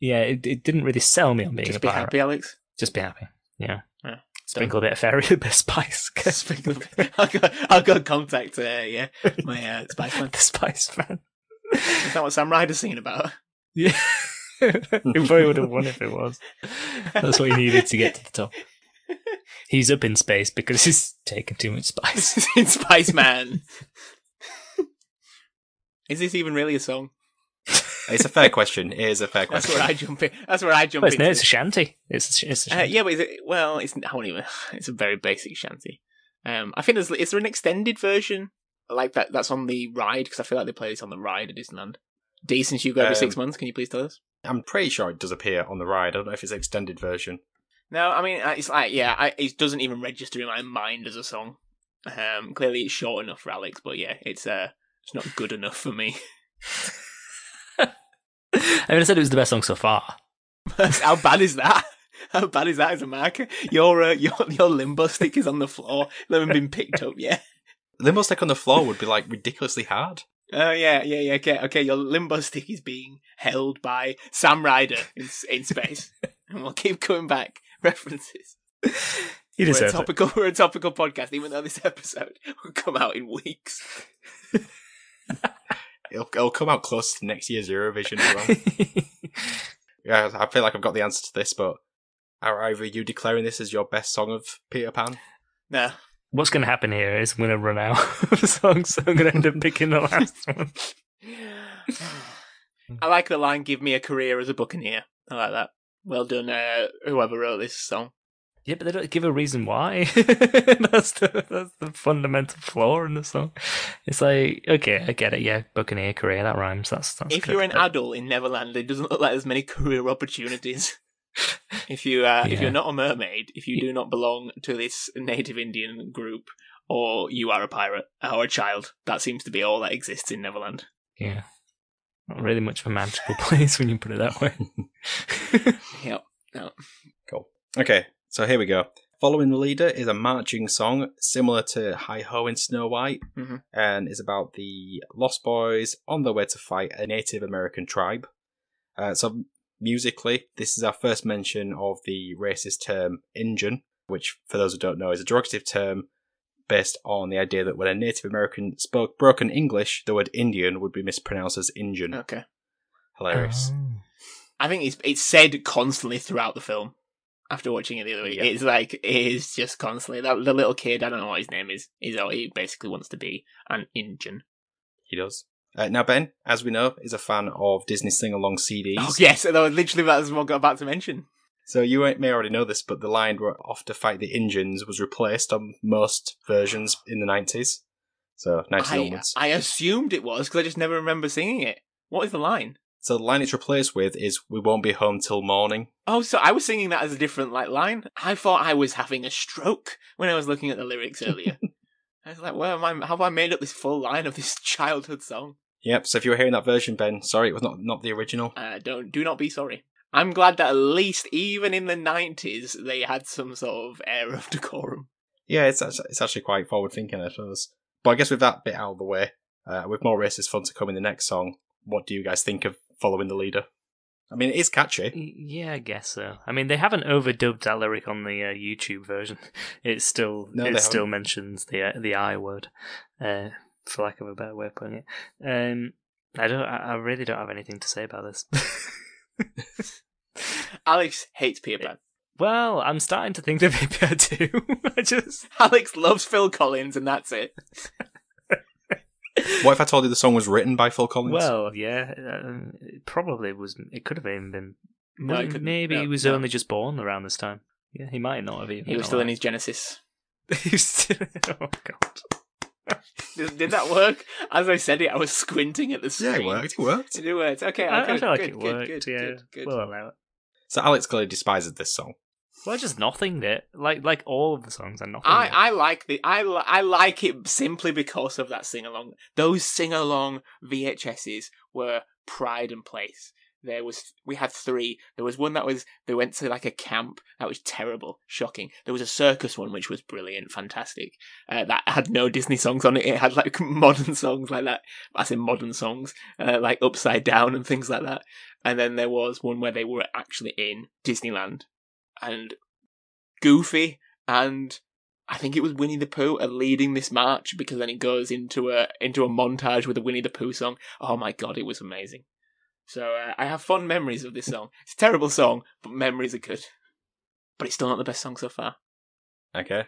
S2: yeah, it, it didn't really sell me on being
S3: Just
S2: a
S3: be
S2: pirate.
S3: happy, Alex.
S2: Just be happy. Yeah.
S3: Yeah.
S2: Sprinkle a bit of fairy spice.
S3: Speaking of- I'll go, I'll go contact, uh, yeah, my uh, Spice Man.
S2: the Spice Man.
S3: Is that what Sam Ryder's singing about?
S2: Yeah. we probably would have won if it was. That's what he needed to get to the top. He's up in space because he's taken too much spice.
S3: in Spice Man. Is this even really a song?
S1: It's a fair question. It is a fair
S3: That's
S1: question.
S3: where I jump in. That's where I jump
S2: Well, it's,
S3: in.
S2: no, it's a shanty. It's a, sh- it's a
S3: uh,
S2: shanty.
S3: yeah, but is it, well, it's I won't even. It's a very basic shanty. Um, I think there's is there an extended version like that that's on the ride because I feel like they play this on the ride at Disneyland. D, since you go every six
S1: Um,
S3: months, can you please tell us?
S1: I'm pretty sure it does appear on the ride. I don't know if it's extended version.
S3: No, I mean uh, it's like yeah, I, it doesn't even register in my mind as a song. Um, clearly it's short enough for Alex, but yeah, it's uh, it's not good enough for me.
S2: I mean, I said it was the best song so far.
S3: How bad is that? How bad is that as a marker? Your uh, your your limbo stick is on the floor. They haven't been picked up yet.
S1: Limbo stick on the floor would be like ridiculously hard.
S3: Oh yeah, yeah, yeah. Okay, okay. Your limbo stick is being held by Sam Ryder in, in space, and we'll keep coming back references.
S2: He
S3: We're a
S2: deserves it.
S3: topical. We're a topical podcast, even though this episode will come out in weeks.
S1: It'll, it'll come out close to next year's Eurovision as well. yeah, I feel like I've got the answer to this, but are either you declaring this as your best song of Peter Pan?
S3: No,
S2: What's going to happen here is I'm going to run out of songs, so I'm going to end up picking the last one.
S3: I like the line. Give me a career as a buccaneer. I like that. Well done, uh, whoever wrote this song.
S2: Yeah, but they don't give a reason why. that's the that's the fundamental flaw in the song. It's like, okay, I get it. Yeah, Buccaneer career that rhymes. That's that's.
S3: if
S2: good.
S3: you're an adult in Neverland, it doesn't look like there's many career opportunities. if you uh, if
S2: Yeah.
S3: you're not a mermaid, if you do not belong to this native Indian group, or you are a pirate or a child, that seems to be all that exists in Neverland.
S2: yeah, not really much of a magical place when you put it that way.
S3: Yep.
S1: Okay, so here we go. Following the Leader is a marching song similar to Hi Ho in Snow White
S3: Mhm.
S1: and is about the Lost Boys on their way to fight a Native American tribe. Uh, so, musically, this is our first mention of the racist term Injun, which, for those who don't know, is a derogative term based on the idea that when a Native American spoke broken English, the word Indian would be mispronounced as Injun.
S3: Okay.
S1: Hilarious.
S2: Oh.
S3: I think it's it's said constantly throughout the film. After watching it the other week,
S1: Yeah.
S3: it's like it is just constantly that the little kid. I don't know what his name is. Is all he basically wants to be an Indian.
S1: He does. Uh, now, Ben, as we know, is a fan of Disney sing along CDs.
S3: Oh yes, that was literally that was what I got about to mention.
S1: So you may already know this, but the line "We're off to fight the Indians" was replaced on most versions in the nineties. So nineties
S3: I,
S1: onwards.
S3: I assumed it was because I just never remember seeing it. What is the line?
S1: so the line it's replaced with is "We won't be home till morning."
S3: Oh, so I was singing that as a different like line. I thought I was having a stroke when I was looking at the lyrics earlier. I was like, "Where am I? Have I made up this full line of this childhood song?"
S1: Yep. So if you were hearing that version, Ben, sorry, it was not not the original.
S3: Uh, don't do not be sorry. I'm glad that at least even in the '90s they had some sort of air of decorum.
S1: Yeah, it's act- it's actually quite forward thinking, I suppose. But I guess with that bit out of the way, uh, with more racist fun to come in the next song, what do you guys think of following the leader? I mean, it is catchy.
S2: Yeah, I guess so. I mean, they haven't overdubbed that lyric on the uh, YouTube version. It still
S1: No,
S2: it
S1: they
S2: still
S1: haven't.
S2: mentions the uh, the I word, uh, for lack of a better way of putting it. Um, I don't. I, I really don't have anything to say about this.
S3: Alex hates Peter Pan.
S2: well, I'm starting to think that maybe I do. I just
S3: Alex loves Phil Collins, and that's it.
S1: What if I told you the song was written by Phil Collins?
S2: well, yeah, um, it probably was. It could have even been.
S3: No, he couldn't.
S2: maybe
S3: No,
S2: he was
S3: no.
S2: only just born around this time. Yeah, he might not have even.
S3: He was
S2: been
S3: still in
S2: alive.
S3: his Genesis.
S2: He was still- oh god.
S3: Did, did that work? As I said it, I was squinting at the
S1: Yeah,
S3: screen.
S1: it worked. It worked.
S3: It worked. Okay,
S2: I, I
S3: okay,
S2: feel like
S3: good,
S2: it
S3: good,
S2: worked.
S3: Good,
S2: yeah,
S3: good, good.
S2: we'll allow it.
S1: So Alex clearly despises this song.
S2: Well, just nothing it. Like like all of the songs are nothing.
S3: I, I like the I, li- I like it simply because of that sing along. Those sing along VHSs were pride and place. There was we had three. There was one that was they went to like a camp that was terrible, shocking. There was a circus one which was brilliant, fantastic. Uh, that had no Disney songs on it. It had like modern songs like that. I say modern songs uh, like Upside Down and things like that. And then there was one where they were actually in Disneyland and Goofy and I think it was Winnie the Pooh are leading this march because then it goes into a into a montage with a Winnie the Pooh song. Oh my god, it was amazing. So uh, I have fond memories of this song. It's a terrible song, but memories are good. But it's still not the best song so far.
S1: Okay.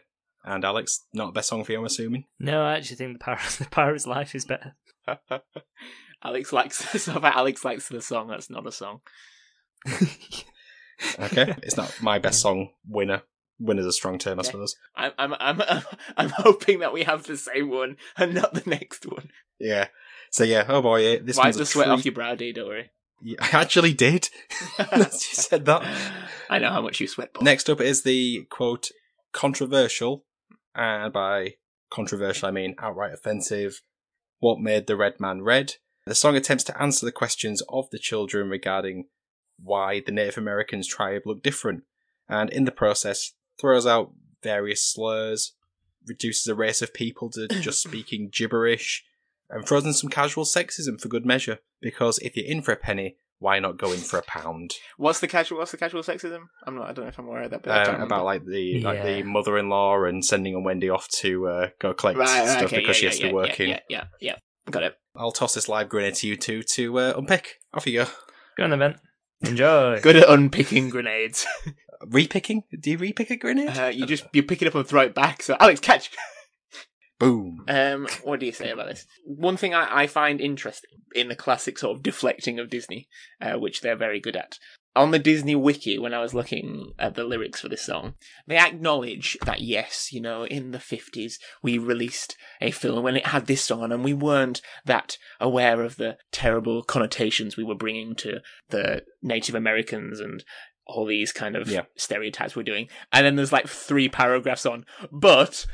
S1: And Alex, not the best song for you, I'm assuming.
S2: No, I actually think the power the pirate's life is better.
S3: Alex likes so far Alex likes the song. That's not a song.
S1: Okay. it's not my best song winner. Winner's a strong term, I
S3: Okay.
S1: suppose.
S3: I'm I'm I'm I'm hoping that we have the same one and not the next one.
S1: Yeah. So yeah, oh boy, eh, this
S3: Wipe
S1: one's a
S3: the sweat
S1: treat.
S3: off your brow, D. Don't worry.
S1: Yeah, I actually did. you said that.
S3: I know how much you sweat. Paul.
S1: Next up is the quote controversial, and by controversial I mean outright offensive. What made the red man red? The song attempts to answer the questions of the children regarding why the Native Americans tribe looked different, and in the process throws out various slurs, reduces a race of people to just speaking gibberish, and throws in some casual sexism for good measure. Because if you're in for a penny, why not go in for a pound?
S3: What's the casual? What's the casual sexism? I'm not. I don't know if I'm aware of that. But I can't
S1: uh,
S3: remember.
S1: about like the like
S2: Yeah.
S1: the mother-in-law and sending on Wendy off to uh, go collect
S3: right, right,
S1: stuff
S3: okay,
S1: because she
S3: yeah,
S1: has
S3: yeah,
S1: to
S3: yeah,
S1: be working.
S3: Yeah, yeah, yeah, yeah. Got it.
S1: I'll toss this live grenade to you two to uh, unpick. Off you go.
S2: Go on then, Ben. Enjoy.
S3: Good at unpicking grenades.
S1: Repicking? Do you repick a grenade?
S3: Uh, you just you pick it up and throw it back. So Alex, catch.
S1: Boom.
S3: Um, what do you say about this? One thing I, I find interesting in the classic sort of deflecting of Disney, uh, which they're very good at. On the Disney wiki, when I was looking at the lyrics for this song, they acknowledge that yes, you know, in the 50s we released a film when it had this song on and we weren't that aware of the terrible connotations we were bringing to the Native Americans and all these kind of
S1: Yeah.
S3: stereotypes we're doing. And then there's like three paragraphs on, but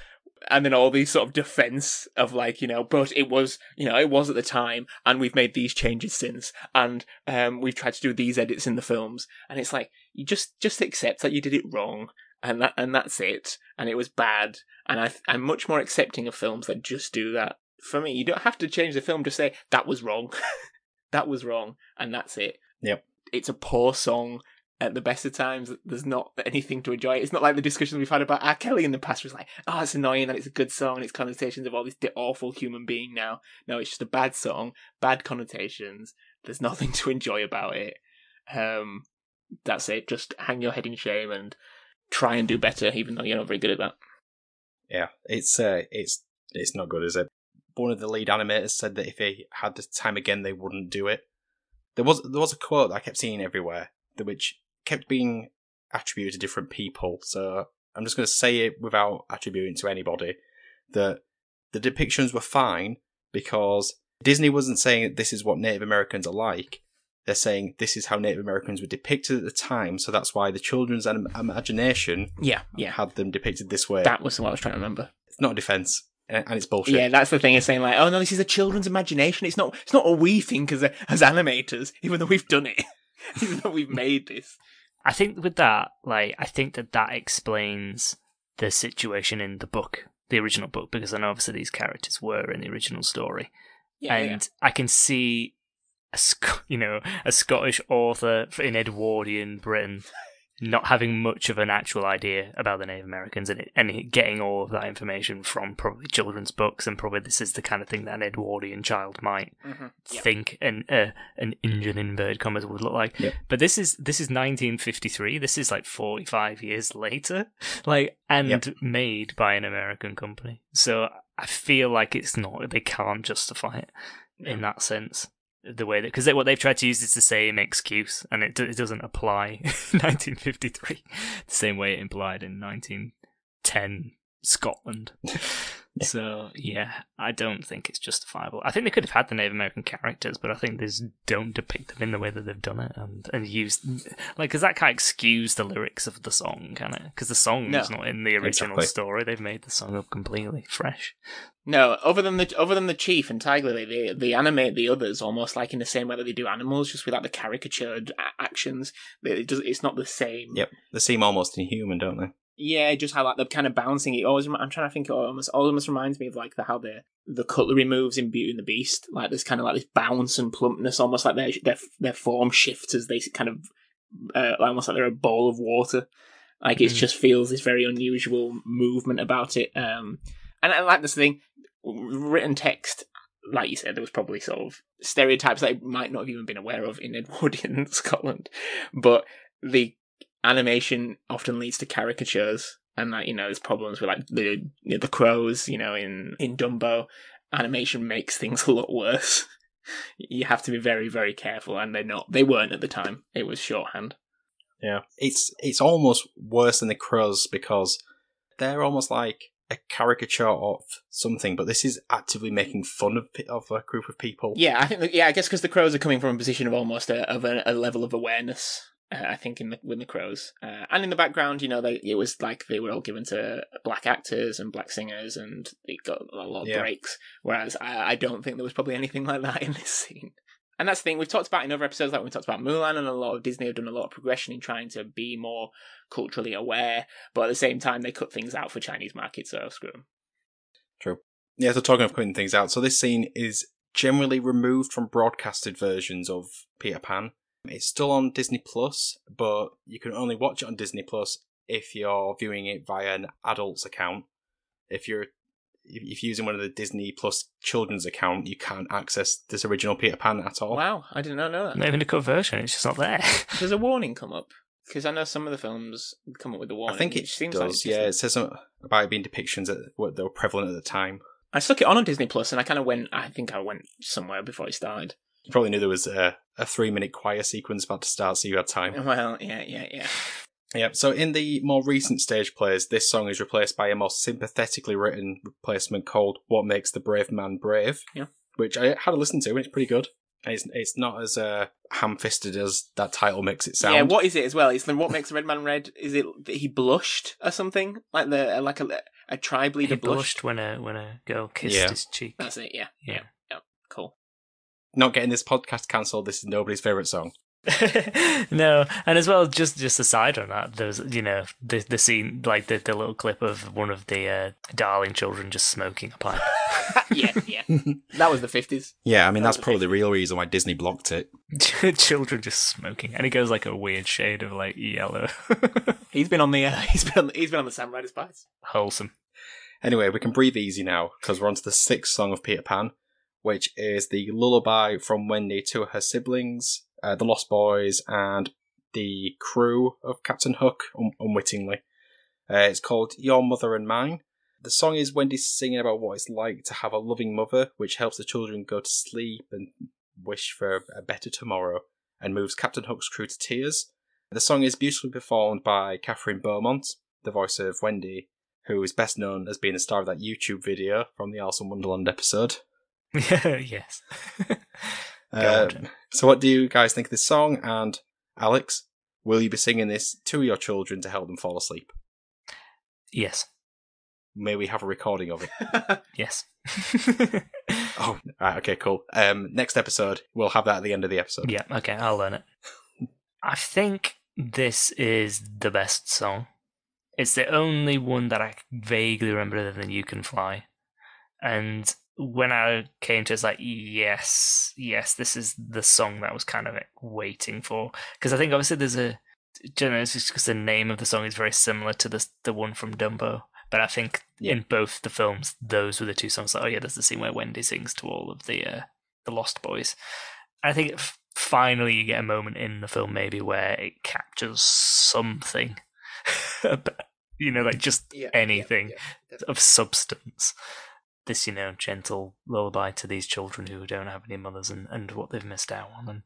S3: and then all these sort of defense of like you know but it was you know it was at the time and we've made these changes since and um we've tried to do these edits in the films and it's like you just just accept that you did it wrong and that and that's it and it was bad and I th- I'm much more accepting of films that just do that for me you don't have to change the film just say that was wrong that was wrong and that's it
S1: Yep.
S3: it's a poor song at the best of times, there's not anything to enjoy. It's not like the discussions we've had about R. Kelly in the past, was like, oh, it's annoying and it's a good song and it's connotations of all this di- awful human being now. No, it's just a bad song, bad connotations. There's nothing to enjoy about it. Um, that's it. Just hang your head in shame and try and do better, even though you're not very good at that.
S1: Yeah, it's uh, it's it's not good, is it? One of the lead animators said that if they had the time again, they wouldn't do it. There was there was a quote that I kept seeing everywhere, that which kept being attributed to different people. So I'm just going to say it without attributing to anybody that the depictions were fine because Disney wasn't saying that this is what Native Americans are like. They're saying this is how Native Americans were depicted at the time, so that's why the children's anim- imagination
S3: Yeah, yeah.
S1: had them depicted this way
S3: That was what I was trying to remember.
S1: it's not a defense, eh, and, and it's bullshit.
S3: Yeah, that's the thing. Is saying like, oh no, this is a children's imagination. It's not. It's not what we think as a, as animators, even though we've done it, even though we've made this.
S2: I think with that, like, I think that that explains the situation in the book, the original book, because I know obviously these characters were in the original story, and I can see, a Sc- you know, a Scottish author in Edwardian Britain not having much of an actual idea about the Native Americans and, it, and getting all of that information from probably children's books and probably this is the kind of thing that an Edwardian child might
S3: Yep.
S2: think an uh, an engine inverted commas would look like.
S1: Yep.
S2: But this is this is 1953. This is like 45 years later, like and
S1: Yep.
S2: made by an American company. So I feel like it's not. They can't justify it in that sense. The way that because they, what they've tried to use is the same excuse, and it, do, it doesn't apply in 1953 the same way it implied in 1910 Scotland. So yeah, I don't think it's justifiable. I think they could have had the Native American characters, but I think they just don't depict them in the way that they've done it, and and used like because that can't excuse the lyrics of the song, can it? Because the song's
S3: No.
S2: not in the original
S1: Exactly.
S2: story. They've made the song up completely fresh.
S3: No, other than the other than the chief and Tiger Lily, they they animate the others almost like in the same way that they do animals, just without the caricatured a- actions. They- It does, it's not the same.
S1: Yep. They seem almost inhuman, don't they?
S3: Yeah, just how like they're kind of bouncing. It always, rem- I'm trying to think. It almost almost reminds me of like the how the the cutlery moves in Beauty and the Beast. Like there's kind of like this bounce and plumpness, almost like their their their form shifts as they kind of uh, almost like they're a bowl of water. Like it
S2: Mhm.
S3: just feels this very unusual movement about it. Um, and I like this thing. Written text, like you said, there was probably sort of stereotypes that I might not have even been aware of in Edwardian Scotland, but the animation often leads to caricatures, and like you know, there's problems with like the you know, the crows, you know, in in Dumbo, animation makes things a lot worse. You have to be very, very careful, and they're not. They weren't at the time. It was shorthand.
S1: Yeah. It's it's almost worse than the crows because they're almost like a caricature of something, but this is actively making fun of pe- of a group of people.
S3: Yeah, I think. That, yeah, I guess because the crows are coming from a position of almost a, of a, a level of awareness. Uh, I think in the with the crows, uh, and in the background, you know, they it was like they were all given to black actors and black singers, and it got a lot of
S1: Yeah.
S3: breaks. Whereas I, I don't think there was probably anything like that in this scene. And that's the thing we've talked about in other episodes, like when we talked about Mulan, and a lot of Disney have done a lot of progression in trying to be more culturally aware, but at the same time they cut things out for Chinese markets. So screw 'em.
S1: Yeah, so talking of putting things out, so this scene is generally removed from broadcasted versions of Peter Pan. It's still on Disney Plus, but you can only watch it on Disney Plus if you're viewing it via an adult's account. If you're if if you're using one of the Disney Plus children's account, you can't access this original Peter Pan at all.
S3: Wow, I did not know that.
S2: Not even a cut version. It's just not there.
S3: Does a warning come up? Because I know some of the films come up with a warning.
S1: I think it
S3: which seems like
S1: does.
S3: it's
S1: yeah,
S3: different.
S1: it says something about it being depictions that what they were prevalent at the time.
S3: I stuck it on on Disney Plus, and I kind of went. I think I went somewhere before it started.
S1: You probably knew there was a, a three minute choir sequence about to start, so you had time.
S3: Well, yeah, yeah, yeah.
S1: Yep. So in the more recent stage plays, this song is replaced by a more sympathetically written replacement called "What Makes the Brave Man Brave."
S3: Yeah.
S1: Which I had a listen to, and it's pretty good. And It's it's not as uh, ham-fisted as that title makes it sound.
S3: Yeah, what is it as well? It's the what makes the red man red? Is it that he blushed or something? Like the uh, like a a tribe
S2: he
S3: leader blushed.
S2: blushed when a when a girl kissed
S1: Yeah.
S2: his cheek.
S3: That's it. Yeah,
S2: Yeah.
S3: yeah. Cool.
S1: Not getting this podcast cancelled. This is nobody's favorite song.
S2: no, and as well, just just aside on that, there's you know the the scene like the, the little clip of one of the uh, darling children just smoking a pipe.
S3: Ah, yeah, yeah. That was the fifties.
S1: Yeah, I mean
S3: That
S1: that's
S3: was a
S1: probably the real reason why Disney blocked it.
S2: children just smoking, and it goes like a weird shade of like yellow,
S3: He's been on the uh, he's been on the, he's been on the Samurai Spies.
S2: wholesome.
S1: Anyway, we can breathe easy now because we're on to the sixth song of Peter Pan, which is the lullaby from Wendy to her siblings, uh, the Lost Boys, and the crew of Captain Hook, un- unwittingly. Uh, it's called Your Mother and Mine. The song is Wendy singing about what it's like to have a loving mother, which helps the children go to sleep and wish for a better tomorrow, and moves Captain Hook's crew to tears. The song is beautifully performed by Catherine Beaumont, the voice of Wendy, who is best known as being the star of that YouTube video from the Alice in Wonderland episode.
S2: yes.
S1: Uh,
S2: God.
S1: so, what do you guys think of this song? And Alex, will you be singing this to your children to help them fall asleep?
S2: yes.
S1: May we have a recording of it?
S2: Yes.
S1: oh, right, okay, cool. Um, next episode, we'll have that at the end of the episode.
S2: yeah. Okay. I'll learn it. I think this is the best song. It's the only one that I vaguely remember other than You Can Fly. And when I came to it, it's like, yes, yes, this is the song that I was kind of waiting for. Because I think obviously there's a. do you know, it's just because the name of the song is very similar to the, the one from Dumbo. But I think
S1: Yeah.
S2: in both the films, those were the two songs. Like, oh, yeah, there's the scene where Wendy sings to all of the uh, the Lost Boys. I think f- finally you get a moment in the film maybe where it captures something, But, you know, like just
S3: Yeah,
S2: Anything. of substance. This, you know, gentle lullaby to these children who don't have any mothers and, and what they've missed out on. And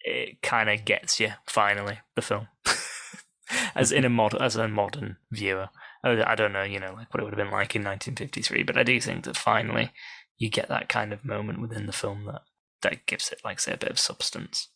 S2: it kind of gets you, finally, the film. as in a mod- as a modern viewer. oh, I don't know, you know, like what it would have been like in 1953. But I do think that finally you get that kind of moment within the film that that gives it, like, say, a bit of substance.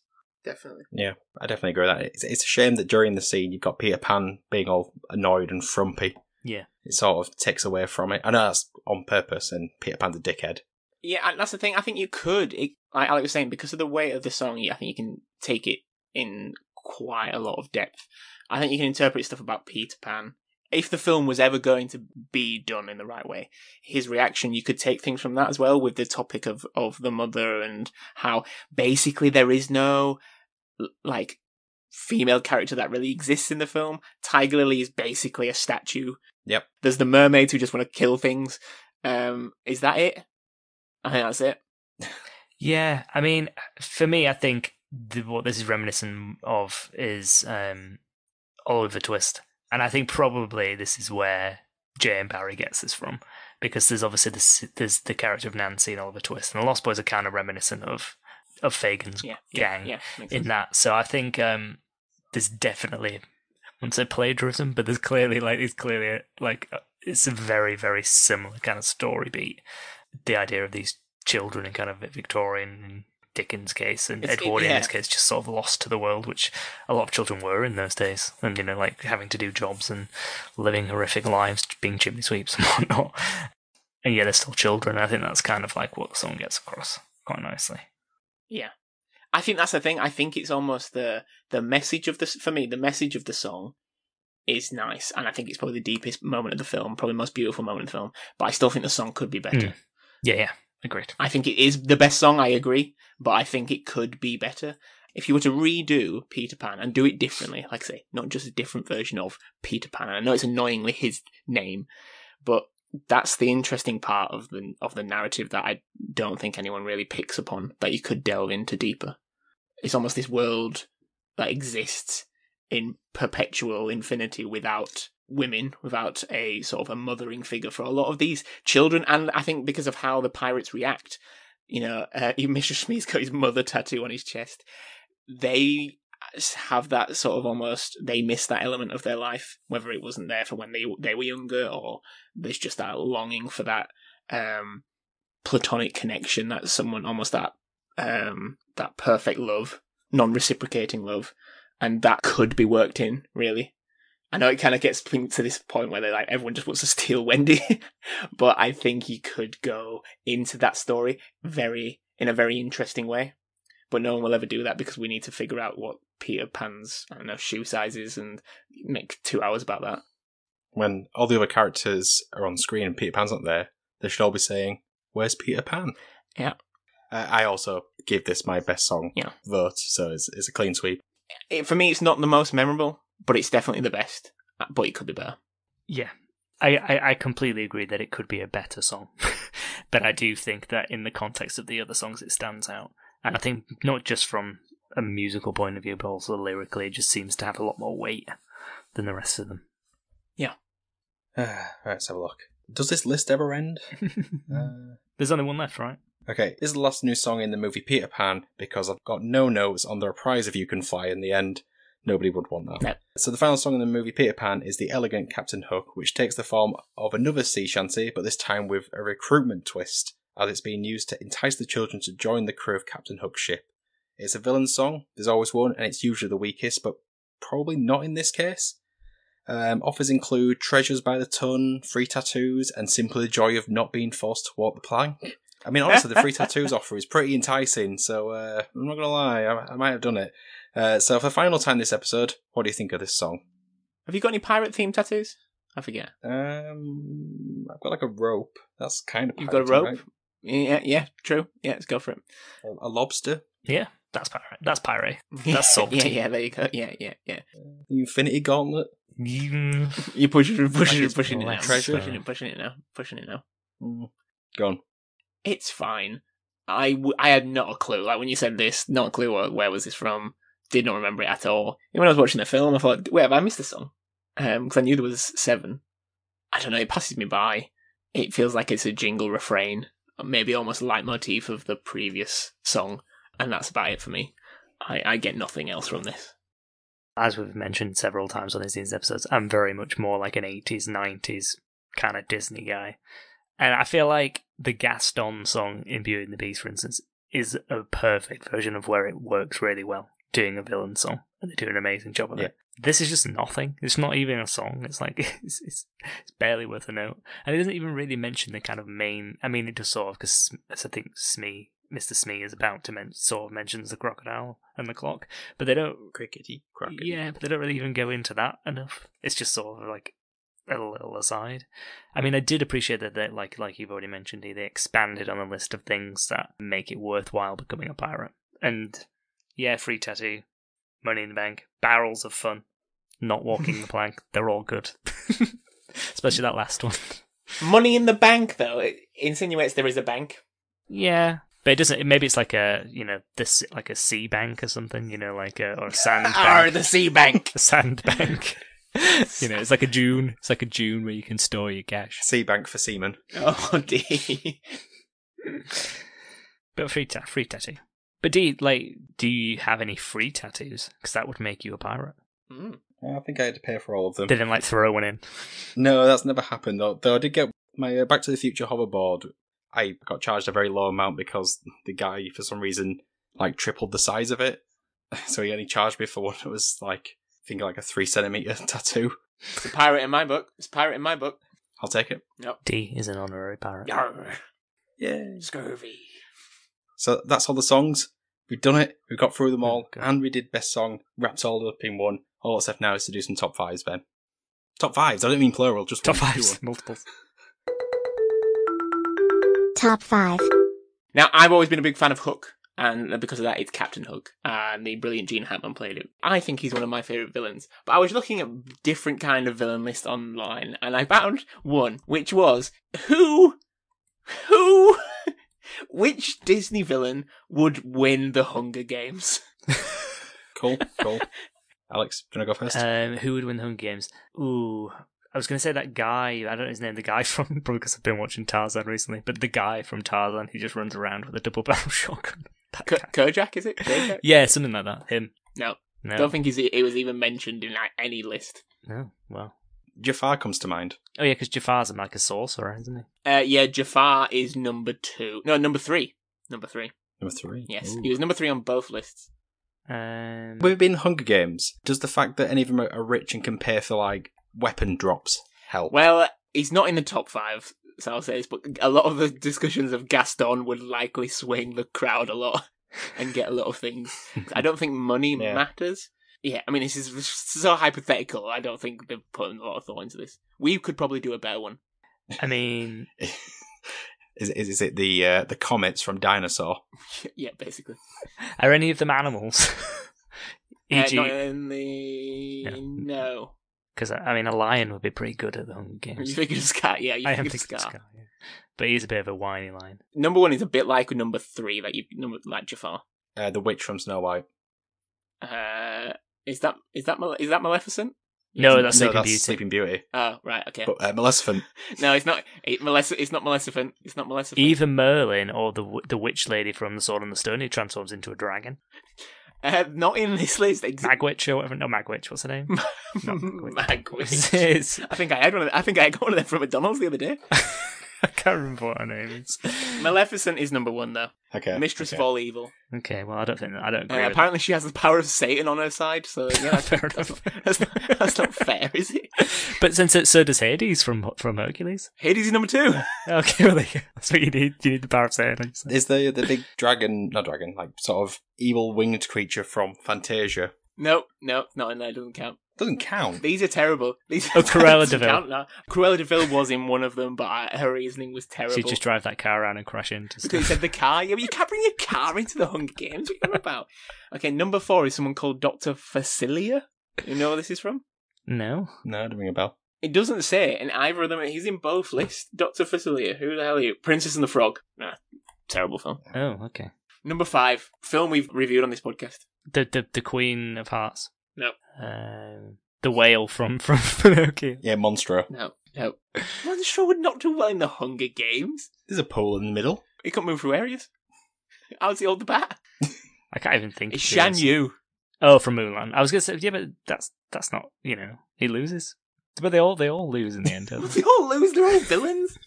S3: Definitely.
S1: Yeah, I definitely agree with that. It's, it's a shame that during the scene you've got Peter Pan being all annoyed and frumpy.
S2: Yeah.
S1: It sort of takes away from it. I know that's on purpose, and Peter Pan's a dickhead.
S3: Yeah, and that's the thing. I think you could, it, like Alec was saying, because of the weight of the song, yeah, I think you can take it in quite a lot of depth. I think you can interpret stuff about Peter Pan. If the film was ever going to be done in the right way, his reaction, you could take things from that as well with the topic of, of the mother and how basically there is no, l- like, female character that really exists in the film. Tiger Lily is basically a statue.
S1: Yep.
S3: There's the mermaids who just want to kill things. Um, is that it? I think that's it.
S2: Yeah, I mean, for me, I think the, what this is reminiscent of is um, Oliver Twist, and I think probably this is where Jay and Barry gets this from because there's obviously this, there's the character of Nancy in Oliver Twist, and the Lost Boys are kind of reminiscent of of Fagin's
S3: Yeah.
S2: gang
S3: Yeah. makes
S2: in
S3: sense.
S2: that. So I think um, there's definitely, I wouldn't say plagiarism, but there's clearly like it's clearly like uh, it's a very very similar kind of story beat. The idea of these children in kind of Victorian in Dickens case and
S3: It's- it-
S2: Edwardian in this
S3: yeah.
S2: case just sort of lost to the world, which a lot of children were in those days, and you know like having to do jobs and living horrific lives, being chimney sweeps and whatnot. And yeah, they're still children. I think that's kind of like what the song gets across quite nicely.
S3: I think that's the thing. I think it's almost the the message of the s- for me the message of the song is nice, and I think it's probably the deepest moment of the film, probably the most beautiful moment of the film. But I still think the song could be better.
S2: Mm. Yeah, yeah, agreed.
S3: I think it is the best song. I agree, but I think it could be better. If you were to redo Peter Pan and do it differently, like I say, not just a different version of Peter Pan. And I know it's annoyingly his name, but that's the interesting part of the of the narrative that I don't think anyone really picks upon that you could delve into deeper. It's almost this world that exists in perpetual infinity without women, without a sort of a mothering figure for a lot of these children. And I think because of how the pirates react, you know, uh, even Mr. Schmee's got his mother tattoo on his chest. They have that sort of almost they miss that element of their life, whether it wasn't there for when they they were younger, or there's just that longing for that um, platonic connection, that someone almost that um, that perfect love, non-reciprocating love, and that could be worked in really. I know it kind of gets pink to this point where they're like everyone just wants to steal Wendy, but I think you could go into that story very in a very interesting way. But no one will ever do that because we need to figure out what Peter Pan's I don't know shoe size is and make two hours about that.
S1: When all the other characters are on screen and Peter Pan's not there, they should all be saying, Where's Peter Pan?
S3: Yeah.
S1: Uh, I also give this my best song
S3: Yeah.
S1: vote, so it's, it's a clean sweep.
S3: It, for me, it's not the most memorable, but it's definitely the best. Uh, But it could be better.
S2: Yeah. I, I, I completely agree that it could be a better song. but I do think that in the context of the other songs, it stands out. And I think not just from a musical point of view, but also lyrically, it just seems to have a lot more weight than the rest of them.
S1: right, let's have a look. Does this list ever end? Uh,
S2: There's only one left, right?
S1: Okay, this is the last new song in the movie Peter Pan because I've got no notes on the reprise of You Can Fly in the end. Nobody would want that.
S3: No.
S1: So the final song in the movie Peter Pan is the elegant Captain Hook, which takes the form of another sea shanty, but this time with a recruitment twist, as it's being used to entice the children to join the crew of Captain Hook's ship. It's a villain song, there's always one, and it's usually the weakest, but probably not in this case. Um, offers include Treasures by the Ton, Free Tattoos, and simply the joy of not being forced to walk the plank. I mean, honestly, the free tattoos offer is pretty enticing, so uh, I'm not gonna lie, I, I might have done it. Uh, so, for the final time this episode, what do you think of this song?
S3: Have you got any pirate themed tattoos? I forget.
S1: Um, I've got like a rope. That's kind of
S3: You've got a
S1: pirating,
S3: rope. Yeah, yeah, true. Yeah, let's go for it.
S1: right? A, a lobster,
S2: Yeah, that's Pyre. That's Pyre. That's salty.
S3: yeah, yeah, there you go. Yeah, yeah, yeah.
S1: the Infinity Gauntlet.
S2: Mm,
S3: You're pushing, pushing,
S1: it's
S3: pushing it now.
S2: less,
S1: uh,
S3: Pushing it, pushing it now. Pushing it now.
S1: Mm. Go on.
S3: It's fine. I, w- I had not a clue. Like when you said this, not a clue where, where was this from. Did not remember it at all. And when I was watching the film, I thought, wait, have I missed the song? Because I knew there was seven. I don't know. It passes me by. It feels like it's a jingle refrain, maybe almost leitmotif of the previous song, and that's about it for me. I, I get nothing else from this.
S2: as we've mentioned several times on these episodes, I'm very much more like an 80s, 90s kind of Disney guy. And I feel like the Gaston song in Beauty and the Beast, for instance, is a perfect version of where it works really well, doing a villain song, and they do an amazing job of it. This is just nothing. It's not even a song. It's like it's, it's it's barely worth a note, and it doesn't even really mention the kind of main. I mean, it does sort of because I think Smee, Mister Smee, is about to men- sort of mentions the crocodile and the clock, but they don't
S1: Crickety, crackety.
S2: yeah, but they don't really even go into that enough. It's just sort of like a little aside. I mean, I did appreciate that they like like you've already mentioned, they expanded on the list of things that make it worthwhile becoming a pirate. And yeah, free tattoo, money in the bank, barrels of fun, not walking the plank. They're all good, especially that last one.
S3: Money in the bank, though, it insinuates there is a bank.
S2: Yeah. But it doesn't. Maybe it's like a you know this like a sea bank or something. You know, like a or a sand bank.
S3: Or Ah, the sea bank.
S2: a sandbank. you know, it's like a June. It's like a June where you can store your cash.
S1: Sea bank for seamen.
S3: oh, dear.
S2: But free ta- free tattoo. But do you, like, do you have any free tattoos? Because that would make you a pirate.
S3: Mm.
S1: I think I had to pay for all of them.
S2: They didn't like throw one in.
S1: No, that's never happened though. Though I did get my uh, Back to the Future hoverboard. I got charged a very low amount because the guy, for some reason, like tripled the size of it. So he only charged me for one that was like, I think like a three centimeter tattoo.
S3: It's a pirate in my book. It's a pirate in my book.
S1: I'll take it.
S2: D is an honorary pirate.
S3: Yarr,
S1: Yeah.
S3: scurvy.
S1: So that's all the songs. We've done it. We got through them all,
S2: Okay.
S1: and we did best song. Wrapped all up in one. All that's left now is to do some top fives, Ben. Top fives. I don't mean plural. Just
S2: Top
S1: one, do
S2: fives,
S1: one.
S2: multiples.
S6: Top 5.
S3: Now, I've always been a big fan of Hook, and because of that, it's Captain Hook, and the brilliant Gene Hackman played it. I think he's one of my favourite villains. But I was looking at different kind of villain lists online, and I found one, which was who, who, which Disney villain would win the Hunger Games?
S1: Cool. Cool. Alex, do you want to go first?
S2: Um, who would win the Hunger Games? Ooh, I was going to say that guy. I don't know his name. The guy from probably because I've been watching Tarzan recently. But the guy from Tarzan who just runs around with a double barrel shotgun. That
S3: K-
S2: guy.
S3: Kojak, is it? Kojak?
S2: Yeah, something like that. Him.
S3: No.
S2: No.
S3: Don't think he's, it was even mentioned in like, any list.
S2: no. Well.
S1: Jafar comes to mind.
S2: Oh yeah, because Jafar's a- like a sorcerer, isn't he?
S3: Uh, yeah, Jafar is number two. No, number three. Number three.
S1: Number three.
S3: Yes,
S1: Ooh.
S3: he was number three on both lists.
S2: Um,
S1: We've been Hunger Games. Does the fact that any of them are are rich and can pay for like weapon drops help?
S3: Well, he's not in the top five, so I'll say this, but a lot of the discussions of Gaston would likely swing the crowd a lot and get a lot of things. I don't think money
S1: Yeah.
S3: matters. Yeah, I mean, this is so hypothetical. I don't think they've put a lot of thought into this. We could probably do a better one.
S2: I mean,
S1: is, is is it the uh, the comets from Dinosaur?
S3: yeah, basically.
S2: are any of them animals?
S1: E
S3: Uh,
S2: E.g.,
S3: not in the.
S2: Yeah.
S3: No.
S2: because I mean, a lion would be pretty good at the Hunger
S3: You
S2: Games.
S3: figure of Scar. Yeah, you
S2: Mm. I am
S3: figured
S2: thinking
S3: Scar.
S2: Scar, yeah. but he's a bit of a whiny lion.
S3: Number one is a bit like number three, like you number like Jafar.
S1: Uh, the witch from Snow White.
S3: Uh, is that is that Male- is that Maleficent?
S2: No, that's
S1: no,
S2: Sleeping
S1: that's
S2: Beauty.
S1: Sleeping Beauty.
S3: Oh, right, okay.
S1: But uh, Maleficent.
S3: No, it's not. It, Melissa, it's not Maleficent. It's not Maleficent.
S2: Either Merlin or the w- the witch lady from The Sword and the Stone who transforms into a dragon,
S3: Uh, not in this list. Ex-
S2: Magwitch or whatever. No, Magwitch. What's her name? no,
S3: Magwitch.
S2: It's-
S3: I think I had one. Of, I think I got one of them from McDonald's the other day.
S2: I can't remember what her name is.
S3: Maleficent is number one though.
S1: Okay.
S3: Mistress
S1: okay.
S3: of all evil.
S2: Okay, well, I don't think I don't
S3: Uh,
S2: agree. with
S3: apparently, she has the power of Satan on her side. So yeah, that's,
S2: Fair
S3: that's,
S2: enough.
S3: not, that's, not, that's not fair, is it?
S2: that. But since it, so does Hades from from Hercules.
S3: Hades is number two.
S2: Okay, well, there you go. that's what you need. You need the power of saying. like you said.
S1: Is the the big dragon? Not dragon. Like sort of evil winged creature from Fantasia.
S3: No, no, not in there. Doesn't count.
S1: Doesn't count.
S3: These are terrible. These
S2: Oh, Cruella
S3: doesn't
S2: de Vil.
S3: count, no. Cruella Deville was in one of them, but I, her reasoning was terrible.
S2: She'd just drive that car around and crash into
S3: Because he
S2: stuff.
S3: said the car. Yeah, but you can't bring your car into the Hunger Games. What are you on about? Okay, number four is someone called Dr. Facilia. You know where this is from?
S2: No.
S1: No, didn't ring a bell.
S3: It doesn't say, and either of them, he's in both lists. Dr. Facilia, who the hell are you? Princess and the Frog. Nah, terrible film.
S2: Oh, okay.
S3: Number five, film we've reviewed on this podcast.
S2: The the, the Queen of Hearts.
S3: No.
S2: Um, the whale from from Pinocchio.
S1: Yeah, Monstro.
S3: No, no. Monstro would not do well in the Hunger Games.
S1: There's a pole in the middle.
S3: He couldn't move through areas. How's he hold the bat?
S2: I can't even think.
S3: It's
S2: of who else.
S3: Shan Yu.
S2: Oh, from Mulan. I was gonna say, yeah, but that's that's not you know he loses, but they all they all lose in the end. don't
S3: they all lose. They're all villains.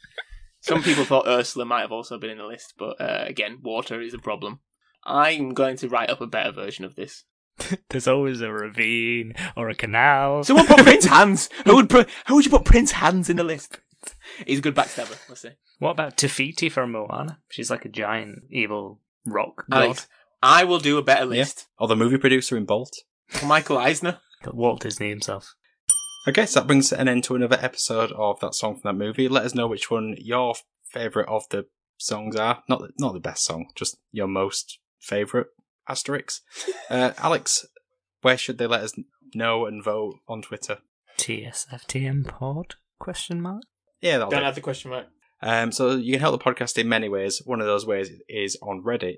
S3: Some people thought Ursula might have also been in the list, but uh, again, water is a problem. I'm going to write up a better version of this.
S2: they? There's always a ravine or a canal.
S3: Someone put Prince Hans. Who would pr- how would you put Prince Hans in the list? He's a good backstabber. Let's see.
S2: What about Tafiti from Moana? She's like a giant evil rock god.
S3: Alex, I will do a better list.
S1: Or the movie producer in Bolt.
S3: Michael Eisner.
S2: Walt Disney himself.
S1: I guess that brings an end to another episode of that song from that movie. Let us know which one your favorite of the songs are. Not the, not the best song, just your most favorite asterisks. Uh, Alex, where should they let us know and vote on Twitter?
S2: TSFTM pod? Question mark.
S1: Yeah, that'll do.
S3: have the question mark.
S1: Um, so you can help the podcast in many ways. One of those ways is on Reddit.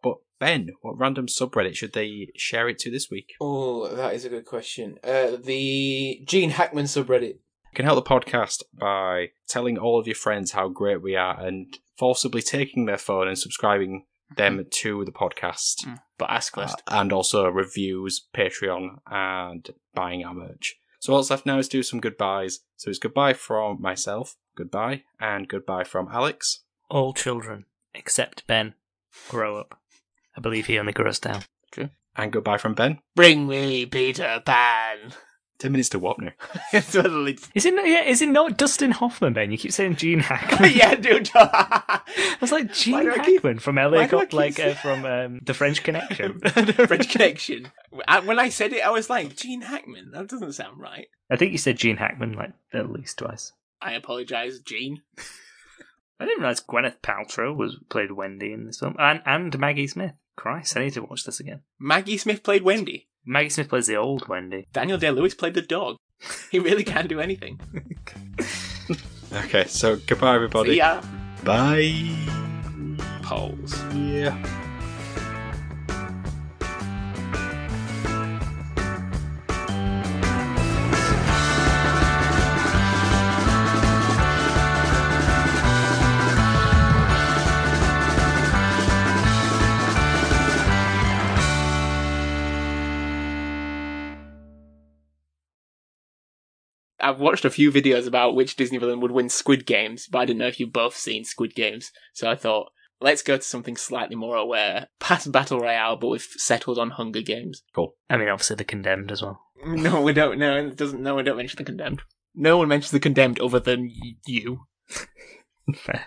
S1: But Ben, what random subreddit should they share it to this week?
S7: Oh, that is a good question. Uh, the Gene Hackman subreddit.
S1: You can help the podcast by telling all of your friends how great we are and forcibly taking their phone and subscribing them
S3: Mm-hmm.
S1: to the podcast.
S3: But ask list.
S1: Uh, and also reviews, Patreon, and buying our merch. So what's left now is do some goodbyes. So it's goodbye from myself, goodbye, and goodbye from Alex.
S2: Uh, All children except Ben grow up. I believe he only grows down.
S1: And goodbye from Ben.
S3: Bring me Peter Pan.
S1: Ten minutes to Wapner.
S3: totally.
S2: Is it? not- Yeah, is it not Dustin Hoffman? Ben, you keep saying Gene Hackman.
S3: yeah, dude.
S2: I was like Gene
S3: do I keep-
S2: Hackman from
S3: why
S2: LA
S3: do I
S2: Cop,
S3: keep
S2: like uh,
S3: saying-
S2: from um, The French Connection.
S3: French Connection. I- When I said it, I was like, Gene Hackman. That doesn't sound right.
S2: I think you said Gene Hackman like at least twice.
S3: I apologize, Gene.
S2: I didn't realize Gwyneth Paltrow was played Wendy in this film, and and Maggie Smith. Christ, I need to watch this again.
S3: Maggie Smith played Wendy.
S2: Maggie Smith plays the old Wendy.
S3: Daniel Day Lewis played the dog. He really can do anything.
S1: Okay, so goodbye everybody.
S3: See ya.
S1: Bye.
S3: Polls.
S1: Yeah.
S3: I've watched a few videos about which Disney villain would win Squid Games, but I didn't know if you both seen Squid Games. So I thought, let's go to something slightly more aware. Past Battle Royale, but we've settled on Hunger Games.
S2: I mean, obviously the condemned as well.
S3: No, we don't. No, it doesn't. No, we don't mention the condemned. No one mentions the condemned other than y- you.
S2: Fair.